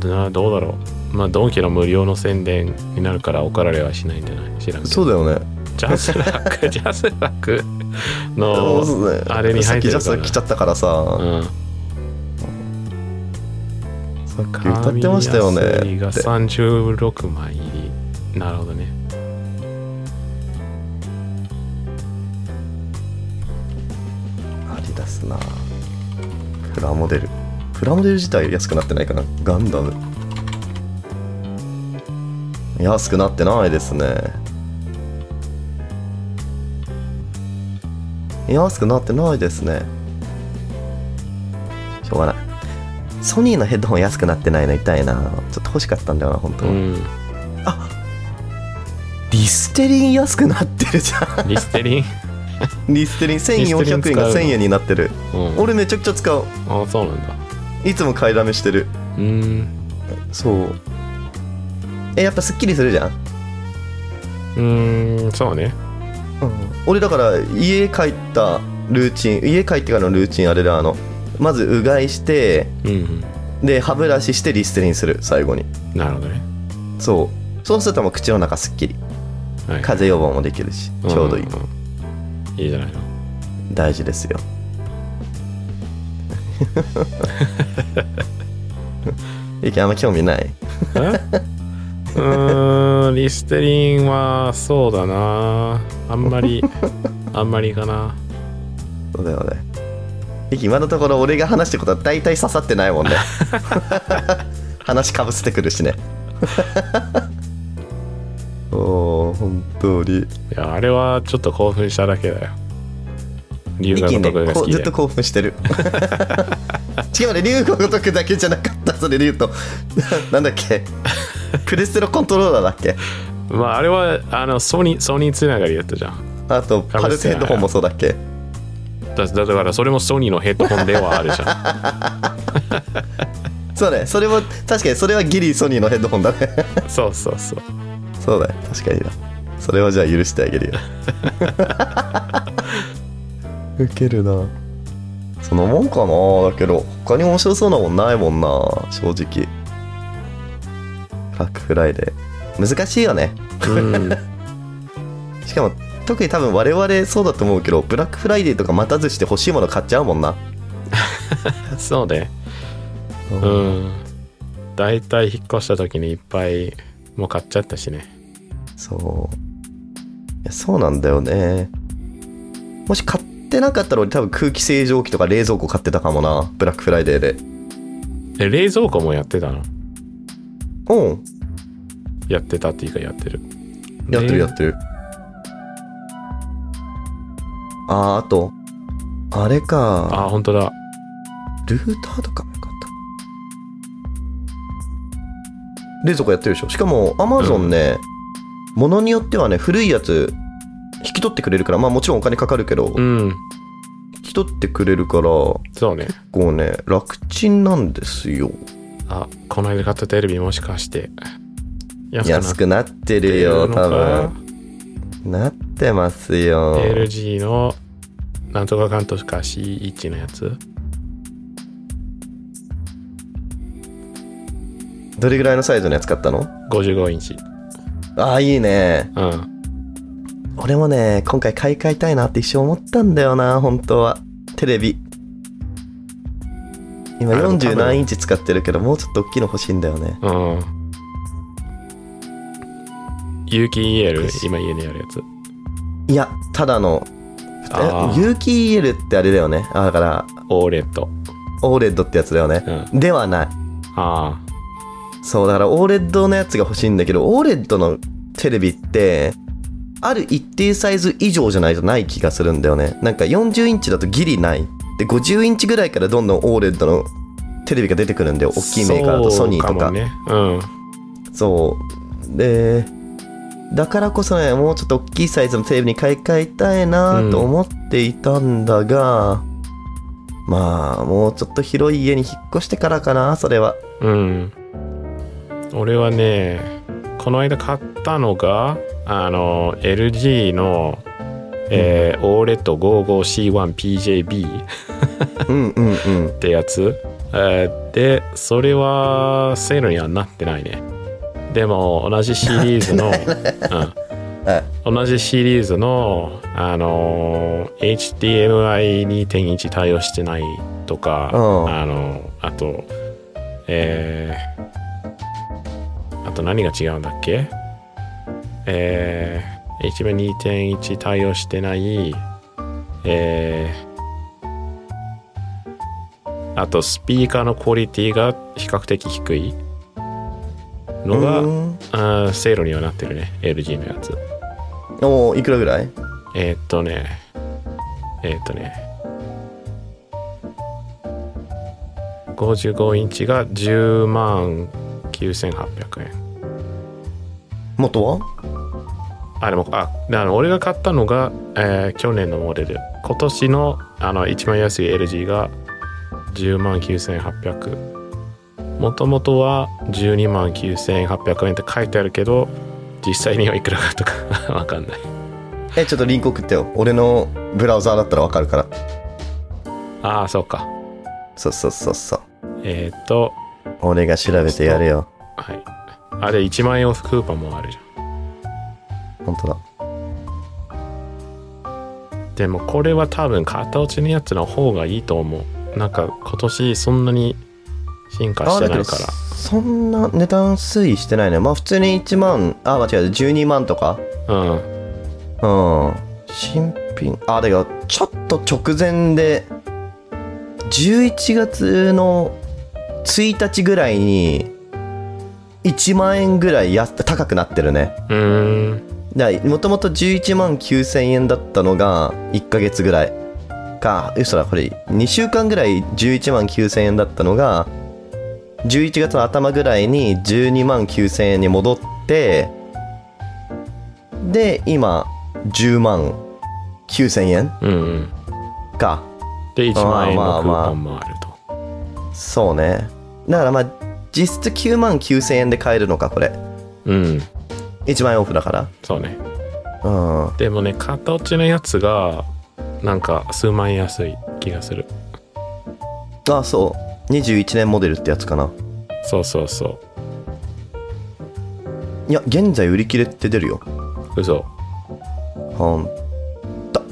ーなどうだろう。まあ、ドンキの無料の宣伝になるから怒られはしないんじゃない知らんけど。
そうだよね
ジャスラッ ク、ジャスラックの、
そうだよね
あれに
さ
入
っ
って
き
る
ジ
から
ャスラック来ちゃったからさ、
うん。
さっき歌ってましたよね
紙やすりが
って
36枚入り。なるほどね。
ありだすなプラモデルプラモデル自体安くなってないかなガンダム安くなってないですね安くなってないですねしょうがないソニーのヘッドホン安くなってないの痛いなちょっと欲しかったんだよな本当、
うん。
リステリン安くなってるじゃ
リステ リン
んリステリン
リステリン
1400
使
円
うの
が1000円になってる
うん。
俺めちゃくちゃ使う
あ、そうなんだ。
いつも買いだめしてる
うん。
そうえやっぱすっきりするじゃん、
うん、そうね。
俺だから家帰ったルーチン家帰ってからのルーチンあれだあのまずうがいして
うんうん。
で歯ブラシしてリステリンする最後に
なるほどね。
そうそうするともう口の中すっきり
はい。
風邪予防もできるしちょうどいい、
んんうんいいじゃないの
大事ですよ ゆきあんま興味ない
え うーんリステリンはそうだなあんま りあんまりかな
そうだよねゆき今のところ俺が話したことは大体刺さってないもん ね話かぶせてくるしねおお本当に
いやあれはちょっと興奮しただけだよ龍
ミ
が
キ
如
ね
くが
こ
好
う
き
ずっ
で
と興 奮してる違うね竜が如くだけじゃなかったそれで言うと なんだっけプレステのコントローラーだっけ
まああれはあのソニーソニーつながりだったじゃん
あとパルスヘッドホンもそうだっけ
だだからそれもソニーのヘッドホンではあるじゃん
そうねそれも確かにそれはギリソニーのヘッドホンだね
そうそうそう
そうだよ確かになそれはじゃあ許してあげるよ ウケるなそのもんかなだけど他に面白そうなもんないもんな正直ブラックフライデー難しいよね
うん
しかも特に多分我々そうだと思うけどブラックフライデーとか待たずして欲しいもの買っちゃうもんな
そうね
う
うん大体引っ越した時にいっぱいもう買っちゃったしね
そういやそうなんだよねもし買ってなかったら俺多分空気清浄機とか冷蔵庫買ってたかもなブラックフライデーで
え冷蔵庫もやってたの
うん
やってたっていうかやってる
やってる
ね
やってる。あー、あと、あれか、
あ本当だ
ルーターとかもよかった。冷蔵庫やってるでしょしかも、アマゾンね、ものによってはね、古いやつ、引き取ってくれるから、まあもちろんお金かかるけど、
うん
引き取ってくれるから、こ
そうね
うね、楽ちんなんですよ。
あこの間買ったテレビもしかして安くな
安
っ
くなっ
て
てるよ、
るの
多
か
分。なってますよ。
LG のなんとかかんとか C1 のやつ
どれぐらいのサイズのやつ買ったの
55インチ
ああ、いいね。
うん
俺もね今回買い替えたいなって一生思ったんだよな本当はテレビ今
あでも多
40
分
何インチ使ってるけどもうちょっと大きいの欲しいんだよね
うん有機 EL
くじ
今家にあるやつ
いや、ただの、
あ
え
ー
有機 EL ってあれだよね。あだから、
オーレット
OLED ってやつだよね。
うんあ
ではない。
あ
そう、だから OLED のやつが欲しいんだけど、OLED のテレビって、ある一定サイズ以上じゃないとない気がするんだよね。なんか40インチだとギリない。で、50インチぐらいからどんどん OLED のテレビが出てくるんだよ。大きいメーカーだとソニーと
そう
か。
もねうん
そう。で、だからこそね、もうちょっと大きいサイズのテレビに買い替えたいなと思っていたんだが、まあ、もうちょっと広い家に引っ越してからかな、それは。
うん。俺はね、この間買ったのが、あの、LG の、えー、OLED55C1PJB
うんうんうん。
ってやつ。えーで、それはセールにはなってないね。でも、同じシリーズ の、
はい
うん、同じシリーズの、あのー HDMI2.1 対応してないとか、
うん
あのーあと、えーあと何が違うんだっけえー、HDMI2.1 対応してない、えーあとスピーカーのクオリティが比較的低いのが、
うん
あーセールにはなってるね LG のやつ
おーいくらぐらい
えーっとねえーっとね55インチが10万9800円
元は
あでもああの俺が買ったのが、えー去年のモデル今年のあの一番安い LG が10万9800もともとは12万9800円って書いてあるけど実際にはいくらかとか わかんない
え、ちょっとリンク送ってよ。俺のブラウザーだったらわかるから。
ああそうか
そうそうそうそう。
えーっと
俺が調べてやるよ。
はい。あれ、1万円オフクーパンもあるじゃ
本当だ。
ん。でも、これは多分、片落ちのやつの方がいいと思う。なんか、今年そんなに進化してないから。
そんな値段推移してないね。まあ普通に1万、あ、間違えた、12万とか。
うん。
うん。新品。あ、だけど、ちょっと直前で、11月の1日ぐらいに、1万円ぐらい安高くなってるね。
うーん。
だもともと11万9000円だったのが1ヶ月ぐらいか嘘だこれ2週間ぐらい11万9000円だったのが11月の頭ぐらいに12万9000円に戻ってで今10万9000円
うんうん。
か
で、1万円
ま
の
あ
クー
まあ
パンもあると。
そうねだからまあ実質9万9000円で買えるのかこれ
うん。
1万円オフだから
そうね。
うん
でもね、片落ちのやつが、なんか、数万円安い気がする。
あそう21年モデルってやつかな
そうそうそ
いや現在売り切れって出るよ
う。嘘。
ほんと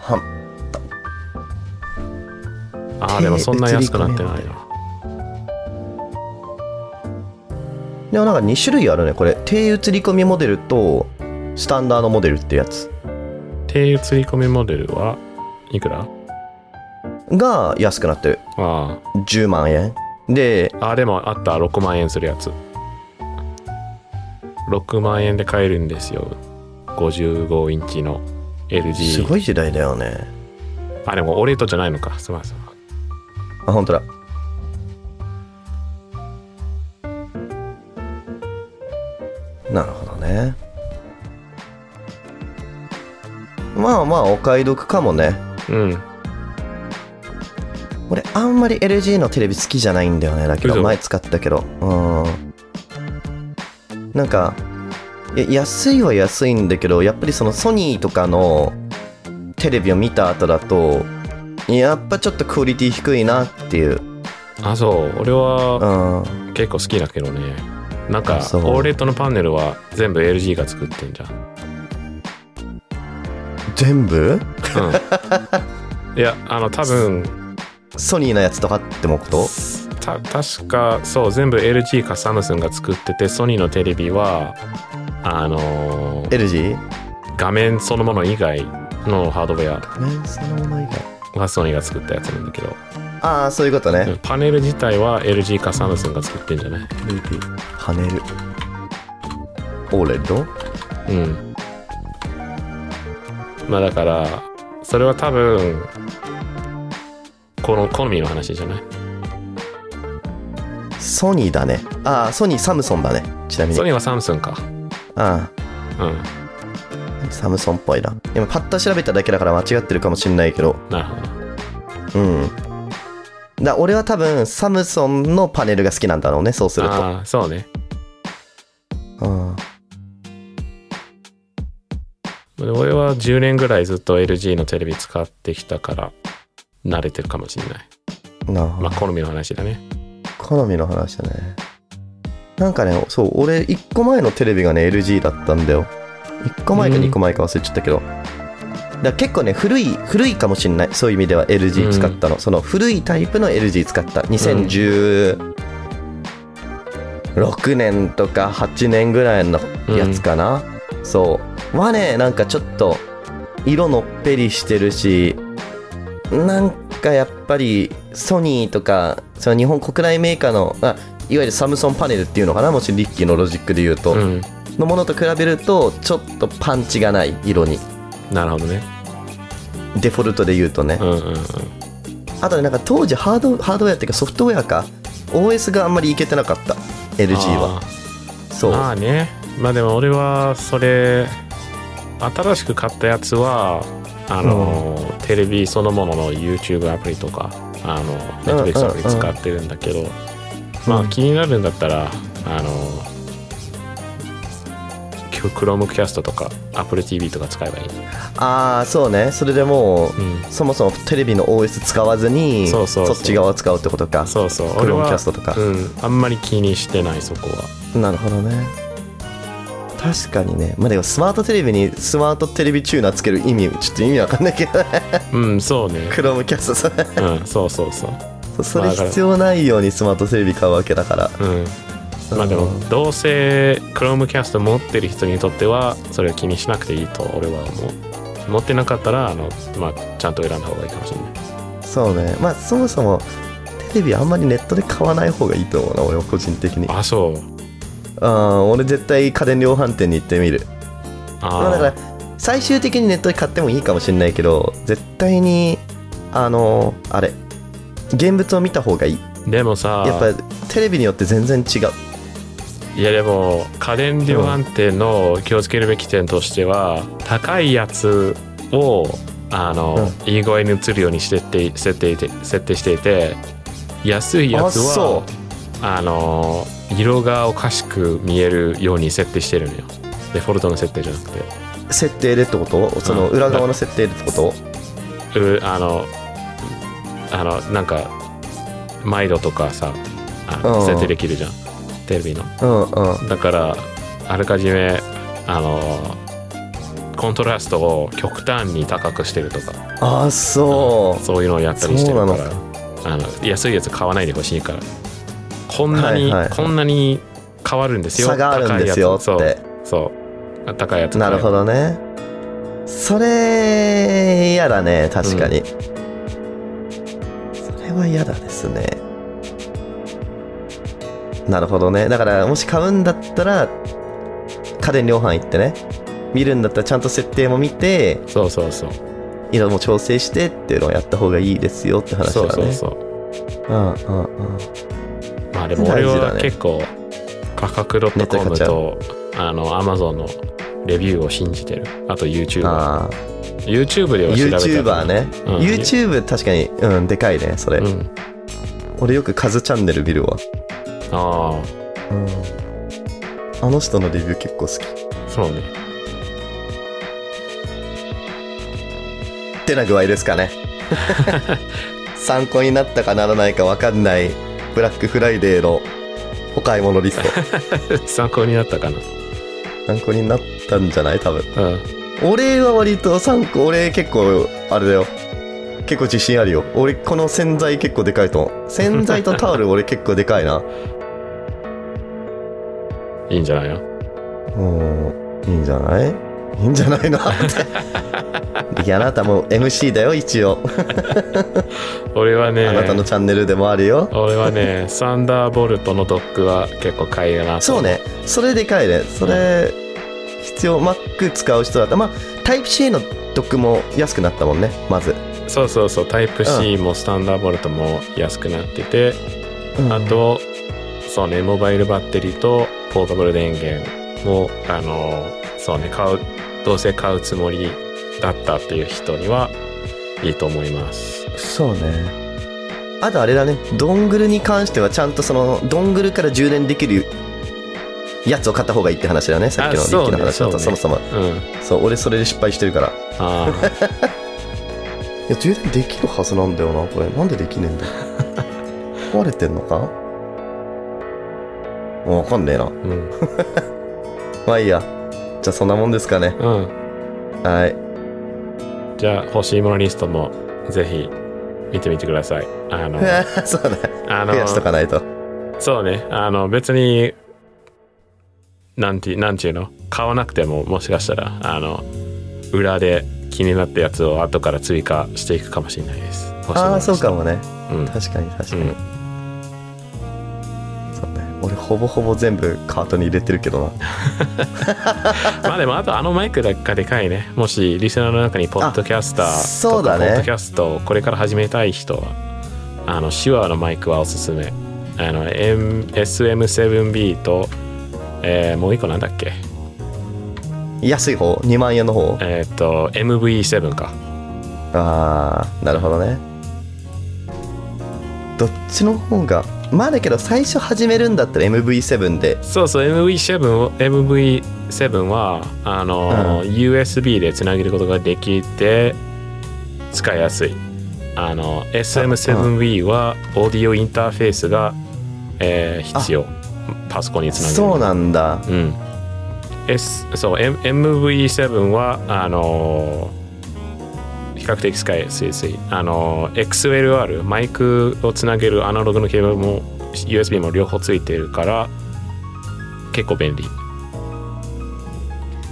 はん
ああ、でもそんな安くなってないな。
でもなんか2種類あるねこれ低移り込みモデルとスタンダードモデルってやつ
低移り込みモデルはいくら
が安くなってる
あ
10万円で
ああでもあった6万円するやつ6万円で買えるんですよ55インチの
す
LG
ごい時代だよね
あでもオレトじゃないのかすみません
あ本当だなるほどねまあまあお買い得かもね
うん
俺あんまり LG のテレビ好きじゃないんだよねだけ
嘘
ど前使ってたけどうんなんかいや安いは安いんだけどやっぱりそのソニーとかのテレビを見た後だとやっぱちょっとクオリティ低いなっていう
あそう俺
う
は
ん
結構好きだけどねなんか
あそう
オーレットのパネルは全部 LG が作ってんじゃん、
全部
うん、いやあの多分
ソニーのやつとかってもこと
すた確かそう全部 LG かサムスンが作っててソニーのテレビはあのー
LG?
画面そのもの以外のハードウェ
ねそのもの以外
アがソニーが作ったやつなんだけど
ああそういうことね、
パネル自体は LG かサムスンが作ってんじゃない
LG パネル OLED?
うんまあだからそれは多分この好みの話じゃない
ソニーだねああソニーサムソンだねちなみに
ソ
あ
ニーはサムスンか
あ
うん
サムソンっぽいな今パッと調べただけだから間違ってるかもしんないけど
なるほど
うんだ俺は多分サムソンのパネルが好きなんだろうねそうすると
ああそうね
うん
俺は10年ぐらいずっと LG のテレビ使ってきたから慣れてるかもしれない
なるほど
まあ好みの話だね
好みの話だねなんかねそう俺1個前のテレビがね LG だったんだよ1個前か
うん
2個前か忘れちゃったけど、だから結構ね古い古いかもしんないそういう意味では LG 使ったの、その古いタイプの LG 使った2016年とか8年ぐらいのやつかな、そうはねなんかちょっと色のっぺりしてるしなんかやっぱりソニーとかその日本国内メーカーのあいわゆるサムソンパネルっていうのかなもしリッキーのロジックで言うと、
うん
のものと比べるとちょっとパンチがない色に
なるほどね
デフォルトで言うとね、
うんうんうん
あとねなんか当時ハードハードウェアっていうかソフトウェアか OS があんまりいけてなかった LG は
あ
そ
ー
う
まあねまあでも俺はそれ新しく買ったやつはあのー、テレビそのものの YouTube アプリとかあの
うん
Netflix アプリ使ってるんだけど、まあ気になるんだったらあのー Chromecast とか Apple TV とか使えばいい、
ああそうねそれでもう、
うん、
そもそもテレビの OS 使わずに
そうそうそう
っち側を使うってことか
そうそう
ク
俺
ローム
は
キャストとか
うん、あんまり気にしてないそこは
なるほどね確かにねまあでもスマートテレビにスマートテレビチューナーつける意味ちょっと意味わかんないけど ね
うんそうね
クロームキャストそれ
うんそうそうそう
それ必要ないようにスマートテレビ買うわけだから
うんまあでもどうせ Chromecast 持ってる人にとってはそれを気にしなくていいと俺は思う持ってなかったらあの、まあ、ちゃんと選んだ方がいいかもしれない
そうねまあそもそもテレビあんまりネットで買わない方がいいと思うな俺は個人的に
あそう
あ俺絶対家電量販店に行ってみるまあ
あ
だ
ー、
から最終的にネットで買ってもいいかもしれないけど絶対にあのあれ現物を見た方がいい
でもさ
やっぱテレビによって全然違う
いやでも家電量販店の気をつけるべき点としては、高いやつをあの、いい声に映るようにしてって設定て設定していて安いやつ
あそ
はあの色がおかしく見えるように設定してるのよデフォルトの設定じゃなく
設定でってことその
うん
裏側の設定でってこと
てうあのあのなんか毎度とかさあの
うん
設定できるじゃんテレビの
うんうん
だからあらかじめあのコントラストを極端に高くしてるとか
ああそ
そういうのをやったりしてるから
そうな
あの安いやつ買わないでほしいからこんなに、
はいはいはい
こんなに変わるんで
う
すよ
差があるんですよっ
高いや
て
つそうそう高いやつ
なるほどねそれ嫌だね確かに、それは嫌だですねなるほどねだからもし買うんだったら家電量販行ってね見るんだったらちゃんと設定も見て
そうそうそう
色も調整してっていうのをやった方がいいですよって話だ
そ
ね
うそうそう
うんうんうん
まあでも俺
大事だ
は
ね
結構価格
ネットで買っ
.com
ちゃ
とあの Amazon のレビューを信じてるあと YouTuberYouTube
ああ
では調べたけど
YouTuber ね、
うん
YouTube 確かにうんでかいねそれ、
うん
俺よくカズチャンネル見るわ
ああ
うん、あの人のレビュー結構好き
そうね。
ってな具合です かね参考になったかならないか分かんないブラックフライデーのお買い物リス ト
参考になったかな。
参考になったんじゃない多分
うん。
俺は割と参考俺結構あれだよ結構自信あるよ俺この洗剤結構でかいと思う洗剤とタオル俺結構でかいない
いんじゃないの
もういいんじゃないいいんじゃないのって いやあなたもう MC だよ一応
俺はね
あなたのチャンネルでもあるよ
俺はね サンダーボルトのドックは結構買いだなと
そう
思
ねそれでかいねそれ必要 Mac 使う人だったらまあタイプ C のドックも安くなったもんねまず、
そうそうそうタイプ C もスタンダーボルトも安くなってて、
うん
あとそうねモバイルバッテリーとポータブル電源もあのそうね買うどうせ買うつもりだったっていう人にはいいと思います
そうねあとあれだねドングルに関してはちゃんとそのドングルから充電できるやつを買った方がいいって話だねさっきの
あ
リ
そう
ッ
ね
キーの話だったそ,、
そうね
もそも
うん
そう俺それで失敗してるから
あー
いや充電できるはずなんだよなこれなんでできねえん だ壊れてんのかもう分かんねえな
うん
まあいいやじゃあそんなもんですかね
うん
はい
じゃあ欲しいものリストもぜひ見てみてくださいあの
そうね
あ
増やしとかないと
そうね。あの、別に、なんて、なんていうの買わなくても、もしかしたら、あの、裏で気になったやつを後から追加していくかもしれないです。欲しいもの
ああ
です
そうか。もね
うん。
確かに確
う
かに、
ん、
そうね俺ほぼほぼ全部カートに入れてるけどな
まあでも、あとあのマイクがでかいね。もし、リスナーの中に、ポッドキャスターとか、
そうだね
ポッドキャストをこれから始めたい人は、あの、手話のマイクはおすすめ。あの、M、SM7B と、えーもう一個なんだっけ
安い方2万円の方
えっ、と、MV7 か。
ああなるほどねどっちの方がまあだけど最初始めるんだったら MV7 で
そうそう MV7 を MV7 はあの、
う
USB でつなげることができて使いやすいあの SM7B はオーディオインターフェースが、えー必要パソコンにつなげる
そうなんだ
うん、S そう M- MV7 はあのー比較的使いやすいですあのー XLR マイクをつなげるアナログのケーブルも USB も両方ついてるから結構便利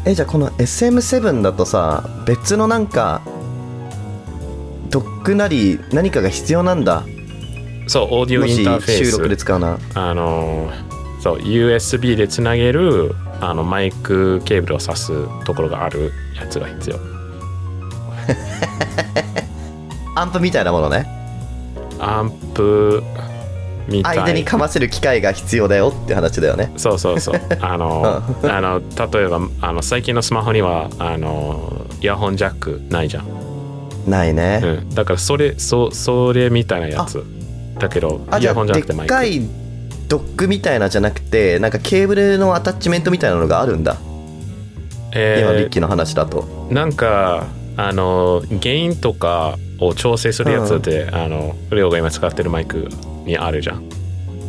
えじゃあこの SM7 だとさ別のなんかドックなり何かが必要なんだ
そうオーディオ
も
イ
し
ンターフェ
収録
ー
で
ス
使うな
あのーそう USB でつなげるあのマイクケーブルを挿すところがあるやつが必要
アンプみたいなものね
アンプみたいな
間にかませる機械が必要だよって話だよね
そうそう そうあのあの例えばあの最近のスマホにはあのイヤホンジャックないじゃん、
ないね、
うん、だからそれそそれみたいなやつだけど
あ
イ
じゃ
ヤホ
あ
ンじゃ
で
なくてマ
っ
イク
かいドックみたいなじゃなくてなんかケーブルのアタッチメントみたいなのがあるんだ、今リ
え
ッキーの話だと
ーなんかあのゲインとかを調整するやつで、あのレオが今使ってるマイクにあるじゃん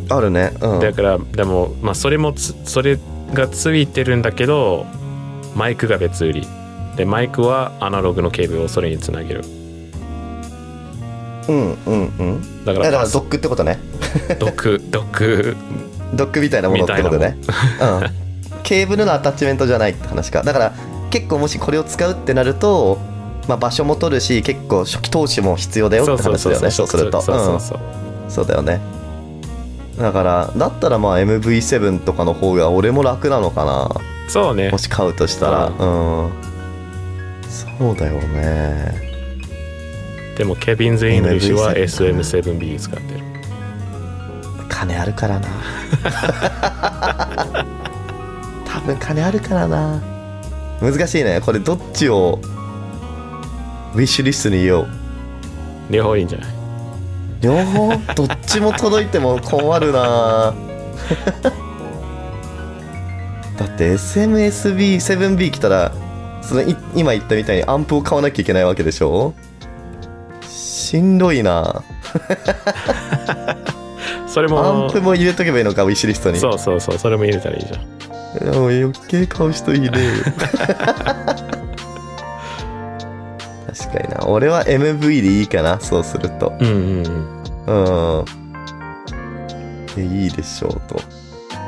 あるねうん
だからでも、まあ、それもつそれがついてるんだけどマイクが別売りでマイクはアナログのケーブルをそれにつなげる
うんうんうん
だか
えだかららドックってことね
毒毒
ドックみたいなものってことね
み
うんケーブルのアタッチメントじゃないって話かだから結構もしこれを使うってなるとまあ、場所も取るし結構初期投資も必要だよって話だよねそうすると
そうそうそう、
うんそうだよねだからだったらまあ MV7 とかの方が俺も楽なのかな
そうね
もし買うとしたら、
う
うん、そうだよね。
でもケビンズ・イングリッシュは
MV7
SM7B 使ってる
金あるから な。多分金あるからな。難しいね。これどっちをウィッシュリストに入れよう。
両方いいんじゃない
両方どっちも届いても困るな。 だって SMSB7B 来たらそのい今言ったみたいにアンプを買わなきゃいけないわけでしょしんどいな。
それ
ア
も
ンプも入れとけばいいのかウィッシュリストに
そうそうそうそれも入れたらいいじゃん
いやもう余計買う人いねえよ確かにな。俺は MV でいいかな、そうすると。
うんうんうん
うん。で、いいでしょうと。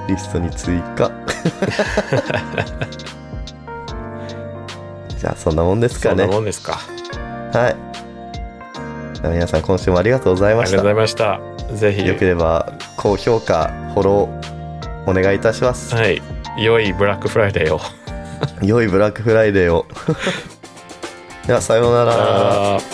リストに追加。 じゃあ、そんなもんです
そ
か
ん
ね。
な
はい。
もんですか
じゃあ皆さん、今週もありがとうござい
あ
ま
りがと
し
うご。ざ
た
いましたぜひ
よければ、高評価、フォロー、お願いいたします。
はい良いブラックフライデーを
良いブラックフライデーを。では、さようなら。
あー